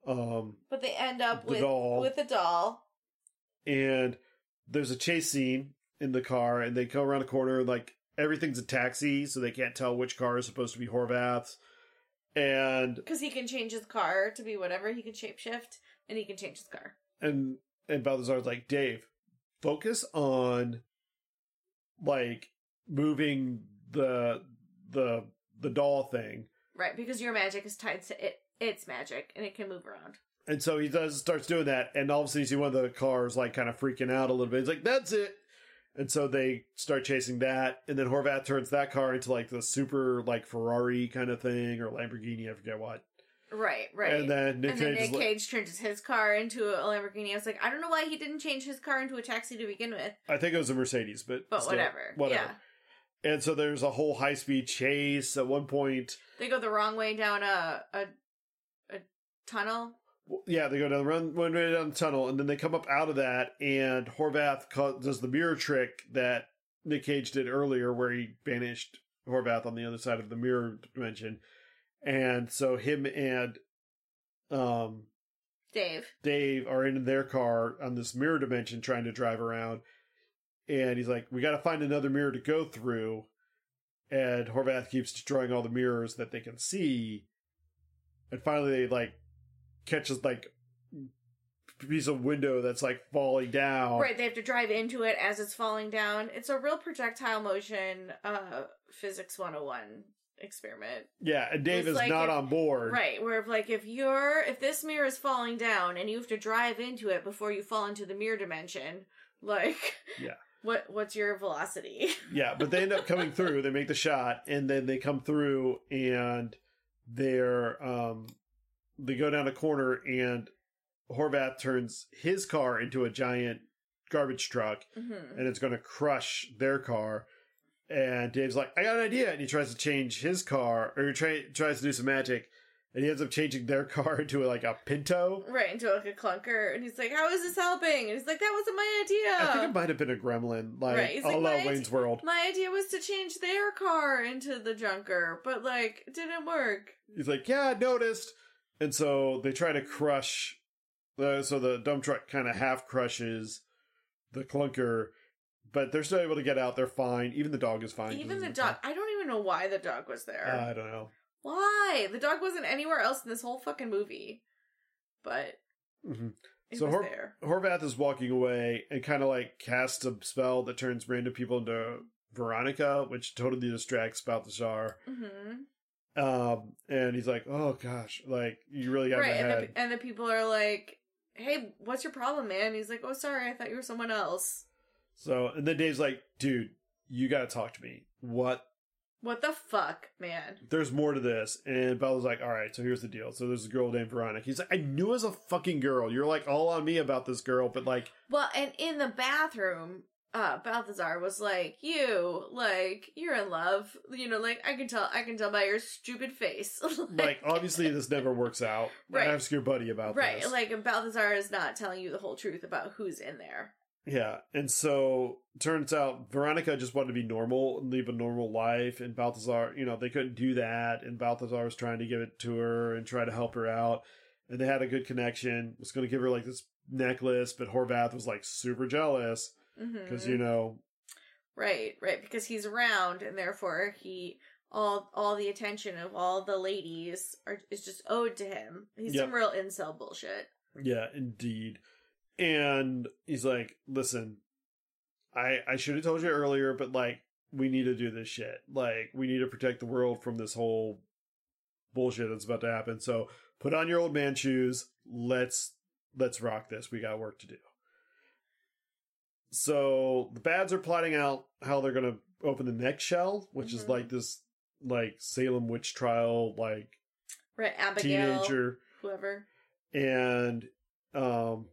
Um, But they end up The with doll. with a doll. and there's a chase scene in the car, and they go around a corner, and like everything's a taxi, so they can't tell which car is supposed to be Horvath's. And Because he can change his car to be whatever he can shapeshift, and he can change his car. and and Balthazar's like, Dave, focus on like moving the the the doll thing. Right, because your magic is tied to it its magic and it can move around. And so he does starts doing that, and all of a sudden you see one of the cars like kind of freaking out a little bit. He's like, "That's it!" And so they start chasing that, and then Horvat turns that car into like the super like Ferrari kind of thing or Lamborghini, I forget what. Right, right. And then Nick and then Cage, Nick is like- Cage changes his car into a Lamborghini. I was like, I don't know why he didn't change his car into a taxi to begin with, I think it was a Mercedes, but but still, whatever. Yeah. And so there's a whole high speed chase. At one point, They go the wrong way down a a, a tunnel. Well, Yeah, they go down the run, one way down the tunnel, and then they come up out of that, and Horvath co- does the mirror trick that Nick Cage did earlier, where he banished Horvath on the other side of the mirror dimension, and so him and um Dave. Dave are in their car on this mirror dimension trying to drive around. And he's like, we got to find another mirror to go through. And Horvath keeps destroying all the mirrors that they can see. And finally, they like catches like a piece of window that's like falling down. Right, they have to drive into it as it's falling down. It's a real projectile motion uh physics 101 experiment. Yeah, and Dave It's is like not if- on board. Right, where if, like if you're if this mirror is falling down and you have to drive into it before you fall into the mirror dimension, like Yeah. What what's your velocity? Yeah, but they end up coming through. They make the shot, and then they come through, and they're um, they go down a corner, and Horvath turns his car into a giant garbage truck, Mhm. and it's going to crush their car. And Dave's like, "I got an idea," and he tries to change his car, or he try, tries to do some magic, and he ends up changing their car into like a Pinto. Right into like a clunker, and he's like, "How is this helping?" And he's like, "That wasn't my idea. I think it might have been a Gremlin, like Right, he's a like, la "My idea- Wayne's World. my idea was to change their car into the junker, but like it didn't work." he's like, "Yeah, I noticed." And so they try to crush. Uh, so the dump truck kind of half crushes the clunker, but they're still able to get out. They're fine. Even Uh, the dog is fine. 'cause Even it's the a- dog. I don't even know why the dog was there. I don't know. why the dog wasn't anywhere else in this whole fucking movie, but hmm it So was her- there. Horvath is walking away and kind of like casts a spell that turns random people into Veronica, which totally distracts Balthazar. hmm Um, and he's like, "Oh gosh, like you really got right, my head." and the, and the people are like, "Hey, what's your problem, man?" He's like, "Oh, sorry, I thought you were someone else." So, and then Dave's like, dude, you got to talk to me. What What the fuck, man? there's more to this. And Bella's like, all right, so here's the deal. So there's a girl named Veronica. He's like, I knew it was a fucking girl. You're like all on me about this girl, but like, Well, and in the bathroom, uh, Balthazar was like, "You, like, you're in love. You know, like, I can tell. I can tell by your stupid face. like obviously this never works out. Right. Ask your buddy about right? this. Like, Balthazar is not telling you the whole truth about who's in there. yeah. And so turns out Veronica just wanted to be normal and live a normal life. And Balthazar, you know, they couldn't do that. And Balthazar was trying to give it to her and try to help her out. And they had a good connection. Was going to give her like this necklace, but Horvath was like super jealous because Mhm. you know Right, right, because he's around, and therefore he all all the attention of all the ladies are is just owed to him. He's Yep. some real incel bullshit. Yeah, indeed. And he's like, "Listen, I I should have told you earlier, but like we need to do this shit. Like we need to protect the world from this whole bullshit that's about to happen. So put on your old man shoes. Let's let's rock this. We got work to do." So the bads are plotting out how they're going to open the next shell, which is Mhm. like this like Salem witch trial like Right, Abigail, teenager whoever. and um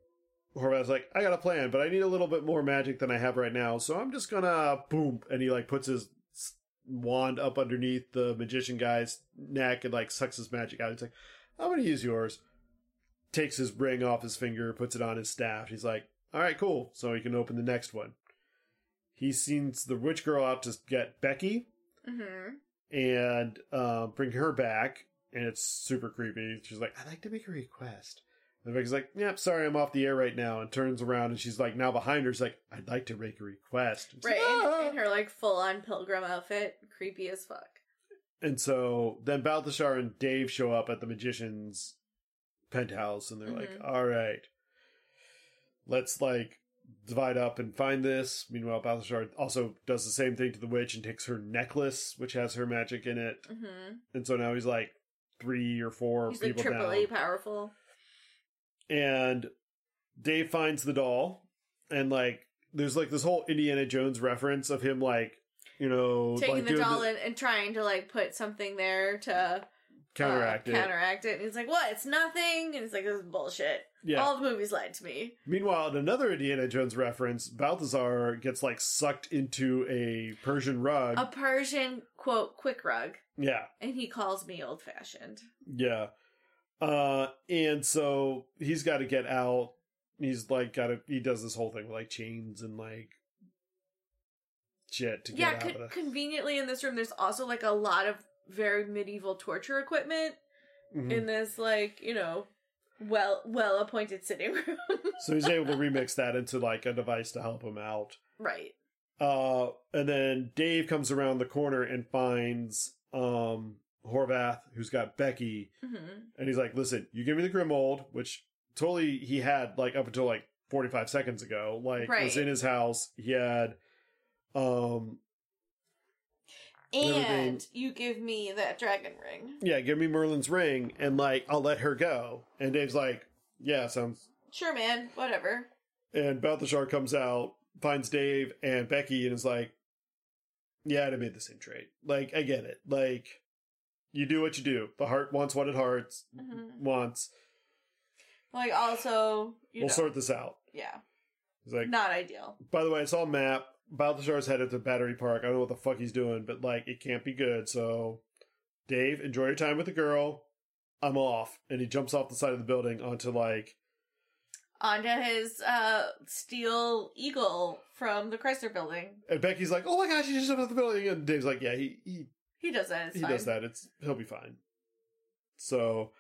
Horvath's like, I got a plan, but I need a little bit more magic than I have right now, so I'm just gonna boom, and he like puts his s- wand up underneath the magician guy's neck and like sucks his magic out. He's like, I'm gonna use yours. Takes his ring off his finger, puts it on his staff. He's like, All right, cool. So he can open the next one. He sends the witch girl out to get Becky, Mm-hmm. and uh, bring her back. And it's super creepy. She's like, I'd like to make a request. And Vicky's like, Yep, sorry, I'm off the air right now. And turns around and she's like, now behind her, she's like, I'd like to make a request. And she's like, Right, in, "Ah." in her like full on pilgrim outfit, creepy as fuck. And so then Balthasar and Dave show up at the magician's penthouse and they're like, Mm-hmm. all right, let's like divide up and find this. Meanwhile, Balthasar also does the same thing to the witch and takes her necklace, which has her magic in it. Mm-hmm. And so now he's like three or four He's like people triple down. A powerful. and Dave finds the doll, and like there's like this whole Indiana Jones reference of him like you know Taking like, the doing doll and, and trying to like put something there to counteract uh, it. Counteract it. And he's like, What? It's nothing and it's like this is bullshit. yeah. All the movies lied to me. Meanwhile, in another Indiana Jones reference, Balthazar gets like sucked into a Persian rug. A Persian quote quick rug. yeah, And he calls me old fashioned. yeah. Uh, and so he's got to get out. He's like got to. He does this whole thing with like chains and like shit to get Yeah, out con- of it. conveniently in this room there's also like a lot of very medieval torture equipment Mhm. in this like, you know, well well appointed sitting room. so he's able to remix that into like a device to help him out. right. Uh, and then Dave comes around the corner and finds um Horvath, who's got Becky, Mm-hmm. and he's like, "Listen, you give me the Grimold, which totally he had like up until like forty five seconds ago, like was Right. in his house. He had um Everything- And you give me that dragon ring. yeah, give me Merlin's ring, and like I'll let her go." And Dave's like, "Yeah, sounds Sure, man. Whatever. And Balthazar comes out, finds Dave and Becky, and is like, Yeah, I'd have made the same trade. Like, I get it. Like, you do what you do. The heart wants what it hearts Mhm. wants. Like, also, you we'll know, sort this out. yeah, He's like, not ideal. By the way, I saw a map. Balthazar's headed to Battery Park. I don't know what the fuck he's doing, but like, it can't be good. So, Dave, enjoy your time with the girl. I'm off. And he jumps off the side of the building onto like, Onto his uh steel eagle from the Chrysler Building. and Becky's like, Oh my gosh, he just jumped off the building. And Dave's like, Yeah, he, he He does that. It's he fine. does that. It's he'll be fine. So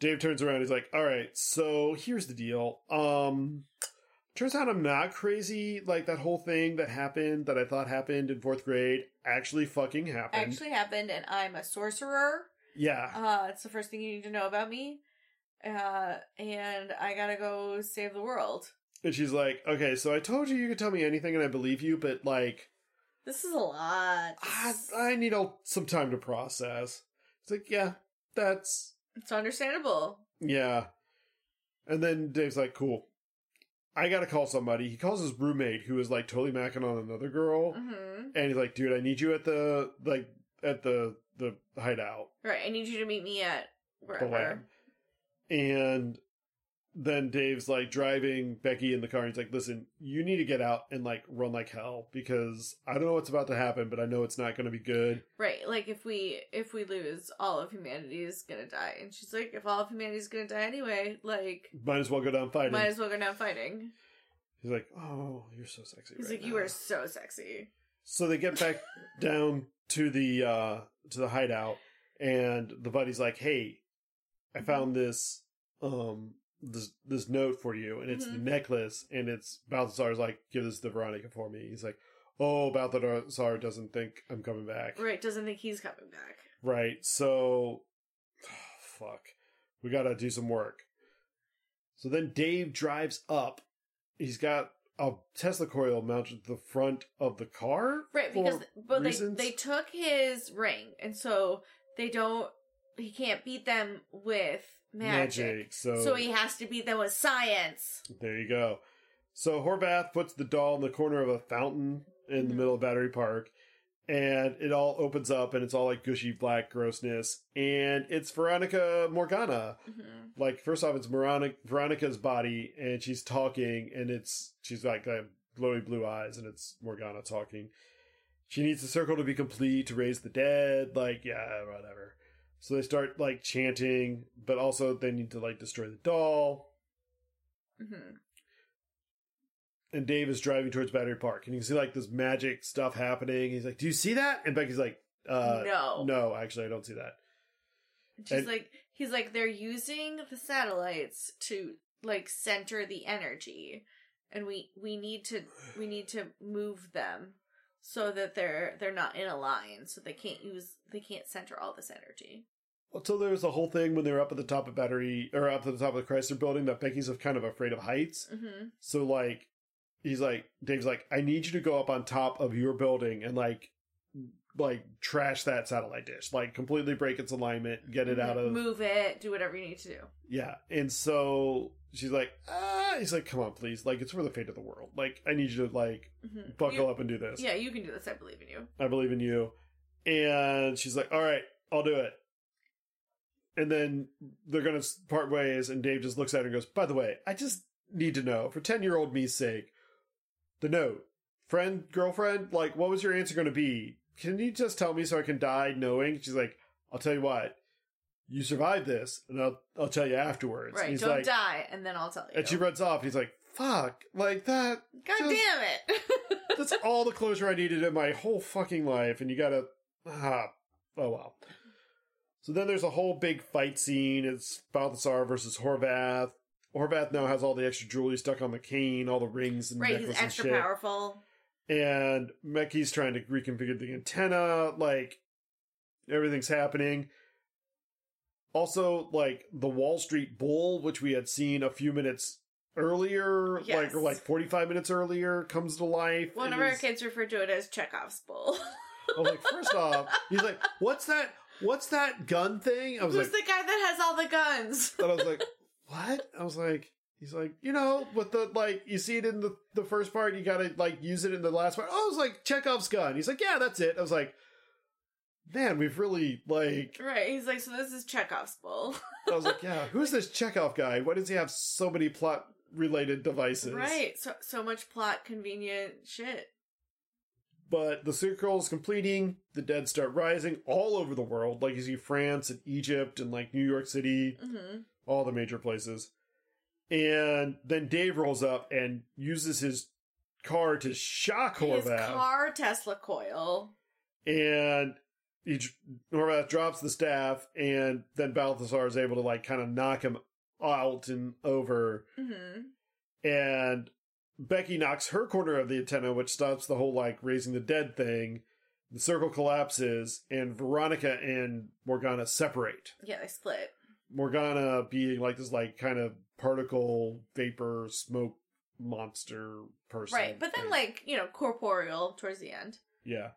Dave turns around. He's like, "All right, so here's the deal. Um, turns out I'm not crazy. Like that whole thing that happened that I thought happened in fourth grade actually fucking happened. Actually happened, and I'm a sorcerer. yeah, Uh, it's the first thing you need to know about me. Uh, and I gotta go save the world. and she's like, "Okay, so I told you you could tell me anything, and I believe you, but like, This is a lot. I, I need a, some time to process." It's like, "Yeah, that's It's understandable. Yeah. And then Dave's like, cool. I gotta call somebody. He calls his roommate who is like totally macking on another girl. Mm-hmm. And he's like, dude, I need you at the like at the the hideout, Right. I need you to meet me at the wherever. lab, and then Dave's like driving Becky in the car. And he's like, "Listen, you need to get out and like run like hell because I don't know what's about to happen, but I know it's not going to be good." Right. Like if we if we lose, all of humanity is gonna die. And she's like, if all of humanity is gonna die anyway, like Might as well go down fighting. might as well go down fighting. He's like, "Oh, you're so sexy." He's right like, you now." are so sexy. So they get back down to the uh to the hideout and the buddy's like, "Hey, I Mm-hmm. found this um this this note for you and it's Mhm. the necklace and it's Balthazar's like, "Give this to Veronica for me." He's like, "Oh, Balthazar doesn't think I'm coming back." Right, doesn't think he's coming back. Right. So fuck. We got to do some work. So then Dave drives up. He's got a Tesla coil mounted to the front of the car. Right, for because but reasons? they they took his ring and so they don't he can't beat them with magic. So, So he has to beat them with science. there you go. So Horvath puts the doll in the corner of a fountain in the Mhm. middle of Battery Park, and it all opens up and it's all like gushy black grossness. And it's Veronica Morgana. Mhm. Like, first off, it's Veronica, Veronica's body, and she's talking, and it's she's like got glowy blue eyes, and it's Morgana talking. She needs the circle to be complete to raise the dead. Like, yeah, whatever. So they start like chanting, but also they need to like destroy the doll. Mhm. and Dave is driving towards Battery Park, and you can see like this magic stuff happening. He's like, "Do you see that?" And Becky's like, uh, no. "No, actually, I don't see that." She's And- like he's like they're using the satellites to like center the energy and we we need to we need to move them so that they're they're not in a line so they can't use they can't center all this energy. So there was a whole thing when they were up at the top of Battery or up at the top of the Chrysler Building that Becky's kind of afraid of heights. Mhm. So like, he's like, Dave's like, "I need you to go up on top of your building and like, like trash that satellite dish, like completely break its alignment, get it out of move it, do whatever you need to do. Yeah. And so she's like, ah, he's like, come on, please. Like, it's for the fate of the world. Like, I need you to, like, Mhm. buckle You- up and do this. Yeah, you can do this. I believe in you. I believe in you. And she's like, all right, I'll do it. And then they're going to part ways. And Dave just looks at her and goes, by the way, I just need to know for 10 year old me's sake, the note, friend, girlfriend, like, what was your answer going to be? Can you just tell me so I can die knowing? She's like, I'll tell you what. You survived this, and I'll I'll tell you afterwards. And Right, he's don't like, die, and then I'll tell you. and she runs off. He's like, fuck, like that. God just- damn it! That's all the closure I needed in my whole fucking life. And you gotta, ah, oh well. So then there's a whole big fight scene. It's Balthasar versus Horvath. Horvath now has all the extra jewelry stuck on the cane, all the rings and right, necklace he's and extra shit. powerful. And Meki's trying to reconfigure the antenna. Like everything's happening. Also, like the Wall Street Bull, which we had seen a few minutes earlier, like Yes. or like forty five minutes earlier, comes to life. One It of our is- kids referred to it as Chekhov's bowl. I was like, first off, he's like, what's that? What's that gun thing? I was Who's like, the guy that has all the guns? and I was like, what? I was like, he's like, you know, with the like, you see it in the the first part, you gotta like use it in the last part. Oh, I was like Chekhov's gun. He's like, yeah, that's it. I was like, man, we've really like. Right, he's like, so this is Chekhov's bowl. I was like, yeah, who's this Chekhov guy? Why does he have so many plot related devices? Right, so so much plot convenient shit. But the circle is completing. The dead start rising all over the world. Like you see France and Egypt and like New York City. hmm all the major places. And then Dave rolls up and uses his car to shock His Horvath. car Tesla coil. and he, dr- Horvath drops the staff, and then Balthasar is able to, like, kind of knock him out and over. hmm And Becky knocks her corner of the antenna, which stops the whole, like, raising the dead thing. The circle collapses, and Veronica and Morgana separate. Yeah, they split. Morgana being like this like kind of particle vapor smoke monster person. Right, but then thing. like you know corporeal towards the end. Yeah.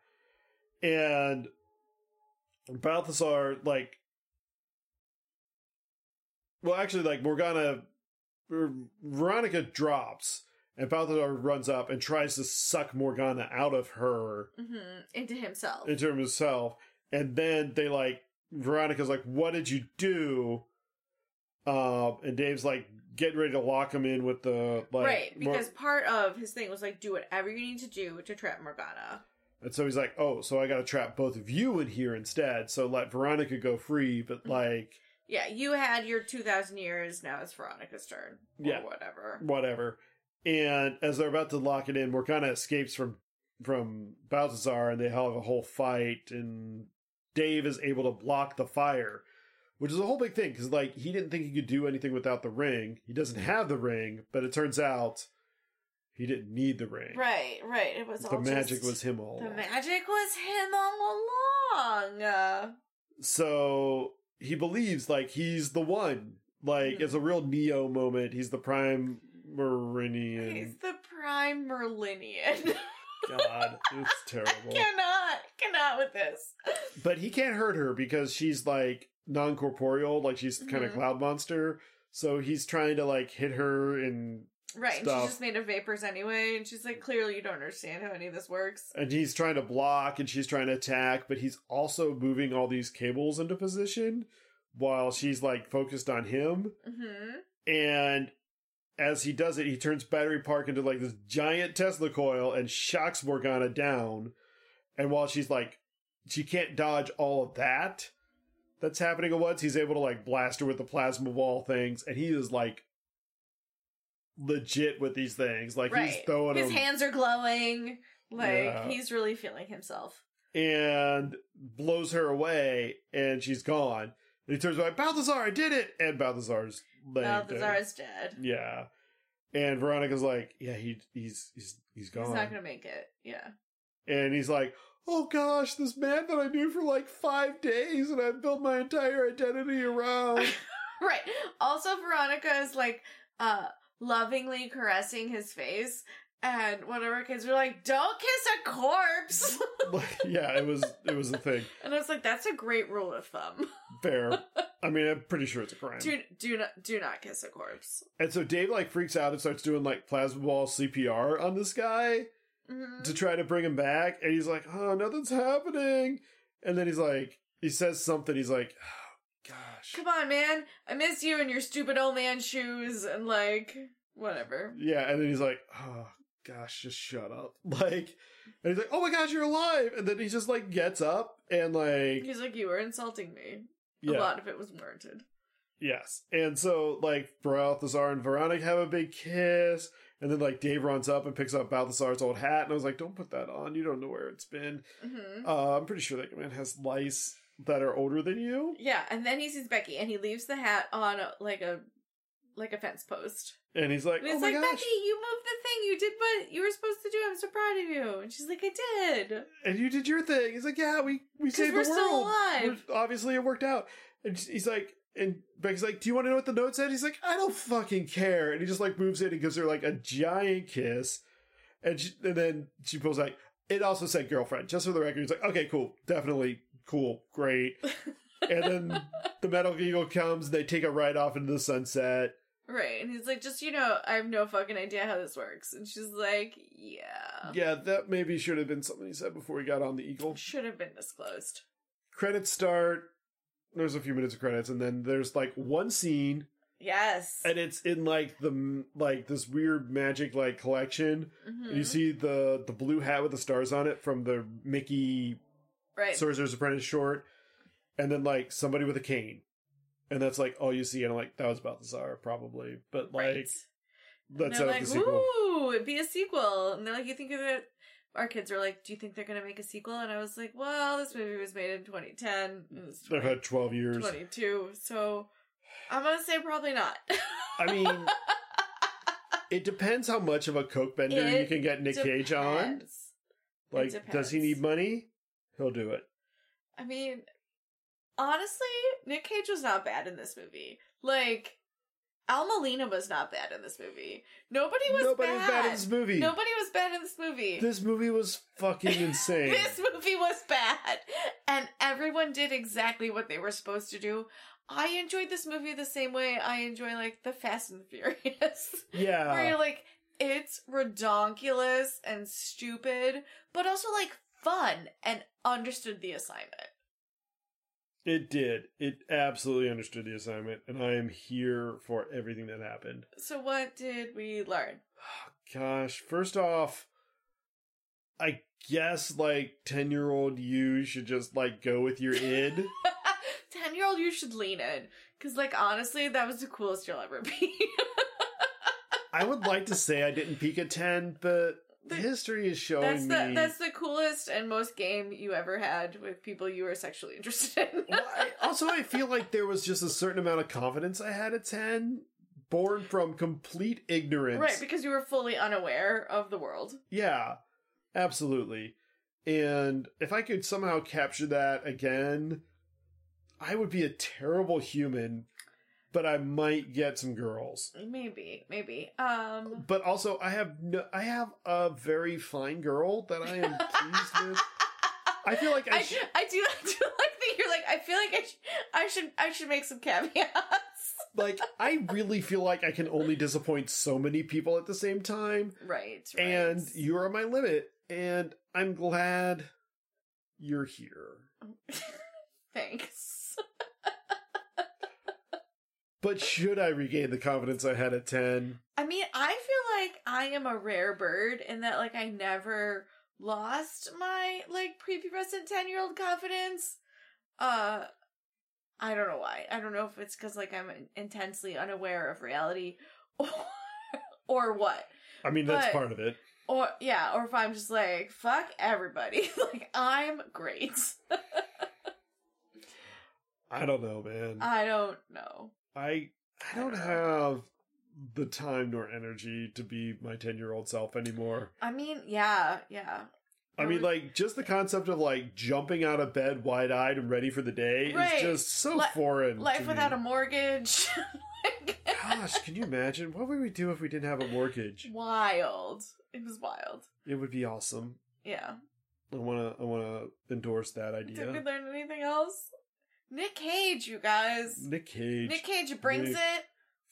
And Balthasar like Well actually like Morgana Ver- Veronica drops and Balthasar runs up and tries to suck Morgana out of her hmm Mm-hmm, Into himself. into himself And then they like Veronica's like, "What did you do?" Um, and Dave's like getting ready to lock him in with the like, right, more- because part of his thing was like, do whatever you need to do to trap Morgana. and so he's like, "Oh, so I got to trap both of you in here instead. So let Veronica go free, Mm-hmm. but like Yeah, you had your 2,000 years, now it's Veronica's turn. Or Yeah. whatever. whatever." And as they're about to lock it in, Morgana escapes from from Balthazar, and they have a whole fight. And Dave is able to block the fire, which is a whole big thing because like he didn't think he could do anything without the ring. He doesn't have the ring, but it turns out he didn't need the ring. Right, right. It was The all magic just- was him all. The along. magic was him all along. Uh, so he believes like he's the one. Like Mm. it's a real Neo moment. He's the prime he's Meridian. the prime Merlinian. God, it's terrible. cannot, cannot with this. But he can't hurt her because she's like non corporeal, like she's kind of Mhm. cloud monster. So he's trying to like hit her and Right, and Stuff. she's just made of vapors anyway, and she's like, clearly you don't understand how any of this works. and he's trying to block and she's trying to attack, but he's also moving all these cables into position while she's like focused on him. hmm and as he does it, he turns Battery Park into like this giant Tesla coil and shocks Morgana down. And while she's like, she can't dodge all of that that's happening at once, he's able to like blast her with the plasma wall things, and he is like legit with these things. Like right. he's throwing His them, hands are glowing. Like, Yeah. he's really feeling himself. and blows her away, and she's gone. And he turns around, Balthazar, I did it, and Balthazar's laying dead. Balthazar's dead. Yeah. And Veronica's like, yeah, he he's he's he's gone. He's not gonna make it. Yeah. and he's like, oh gosh, this man that I knew for like five days and I built my entire identity around. Right. Also, Veronica is like uh lovingly caressing his face, and one of her kids were like, "Don't kiss a corpse." Like, yeah, it was it was a thing. and I was like, "That's a great rule of thumb. Fair. I mean, I'm pretty sure it's a crime. do do not do not kiss a corpse." And so Dave like freaks out and starts doing like plasma ball CPR on this guy Mhm. to try to bring him back. And he's like, oh, nothing's happening. And then he's like, he says something. He's like, oh, gosh. Come on, man. I miss you in your stupid old man shoes and like whatever. Yeah, and then he's like, "Oh gosh, just shut up!" Like, and he's like, "Oh my gosh, you're alive!" And then he just like gets up and like, He's like, "You were insulting me." A yeah, lot of it was warranted. yes. And so like Balthazar and Veronica have a big kiss, and then like Dave runs up and picks up Balthazar's old hat, and I was like, "Don't put that on. You don't know where it's been." hmm Uh, I'm pretty sure that man has lice that are older than you, Yeah, and then he sees Becky, and he leaves the hat on a, like a like a fence post. and he's like, And "Oh it's my like, gosh!" Becky, you moved the thing. You did what you were supposed to do. I'm so proud of you. And she's like, I did. and you did your thing. He's like, yeah, we we 'Cause saved we're the still world. alive. We're- obviously, it worked out. And sh- he's like, and Becky's like, do you want to know what the note said? He's like, I don't fucking care. And he just like moves in and gives her like a giant kiss. And she, and then she pulls like, it also said girlfriend. Just for the record, he's like, okay, cool, definitely cool, great. and then the metal eagle comes. They take a ride off into the sunset. Right. And he's like, just you know, I have no fucking idea how this works. And she's like, Yeah. Yeah, that maybe should have been something he said before he got on the eagle. Should have been disclosed. credits start there's a few minutes of credits and then there's like one scene Yes. and it's in like the m- like this weird magic like collection Mhm. and you see the the blue hat with the stars on it from the mickey right. sorcerer's apprentice short and then like somebody with a cane and that's like all you see and i'm like that was balthazar probably but like right. And let's they're set like, up the sequel Ooh, it'd be a sequel. And they're like, You think that our kids are like, Do you think they're gonna make a sequel? And I was like, Well, this movie was made in twenty ten. they've had 12 years 22. So I'm going to say probably not. i mean it depends how much of a coke bender you It can get nick cage on Depends. It Like, does he depends. need money? He'll do it. I mean, honestly, Nick Cage was not bad in this movie. Like, Al Molina was not bad in this movie. Nobody was Nobody bad. was bad in this movie. Nobody was bad in this movie. This movie was fucking insane. This movie was bad. And everyone did exactly what they were supposed to do. I enjoyed this movie the same way I enjoy, like, the Fast and Furious. where yeah. you're like, it's redonkulous and stupid, but also like fun and understood the assignment. It did. It absolutely understood the assignment, and I am here for everything that happened. So what did we learn? Gosh, first off, I guess like 10 year old you should just like go with your id. Ten year old, you should lean in, because like honestly, that was the coolest you'll ever be. I would like to say I didn't peak at 10, but The- history is that's showing the me. that's the coolest and most game you ever had with people you were sexually interested in. Well, I, also, I feel like there was just a certain amount of confidence I had at 10, born from complete ignorance. Right, because you were fully unaware of the world. Yeah, absolutely. And if I could somehow capture that again, I would be a terrible human, but I might get some girls. Maybe, maybe. Um But also, I have no, I have a very fine girl that I am pleased with. I feel like I, I, sh- I do I do like that you're like I feel like I, sh- I should I should make some caveats. like I really feel like I can only disappoint so many people at the same time, Right, right. and you are my limit. And I'm glad you're here. thanks. But should I regain the confidence I had at ten? I mean, I feel like I am a rare bird in that like I never lost my like prepubescent 10-year-old confidence. Uh I don't know why. I don't know if it's cuz like I'm intensely unaware of reality or, or what. I mean, that's But- part of it. Or yeah, or if I'm just like fuck everybody. like I'm great. I don't know, man. I don't know. I I don't have the time nor energy to be my ten year old self anymore. I mean, yeah, yeah. I mean, like just the concept of like jumping out of bed wide eyed and ready for the day Right. is just so Li- foreign. Life without a a mortgage. like, gosh, can you imagine what would we do if we didn't have a mortgage? wild. It was wild. It would be awesome. Yeah. I wanna I wanna endorse that Did we idea. learn anything else? Nick Cage, you guys. Nick, Nick Cage, Cage brings Nick it.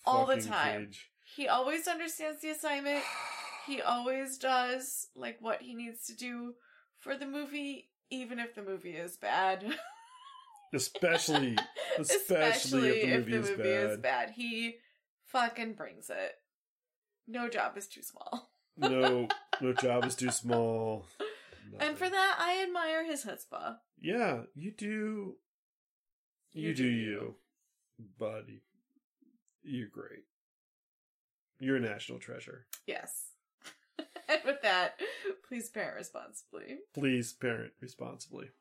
all the fucking time. Cage. He always understands the assignment. He always does like what he needs to do for the movie, even if the movie is bad. Especially Especially if the movie is bad. He fucking brings it. No job is too small. no no job is too small. And for Nothing. that, I admire his chutzpah. Yeah, you do. You, do, you, buddy. You're great. You're a national treasure. Yes. and with that, please parent responsibly. Please parent responsibly.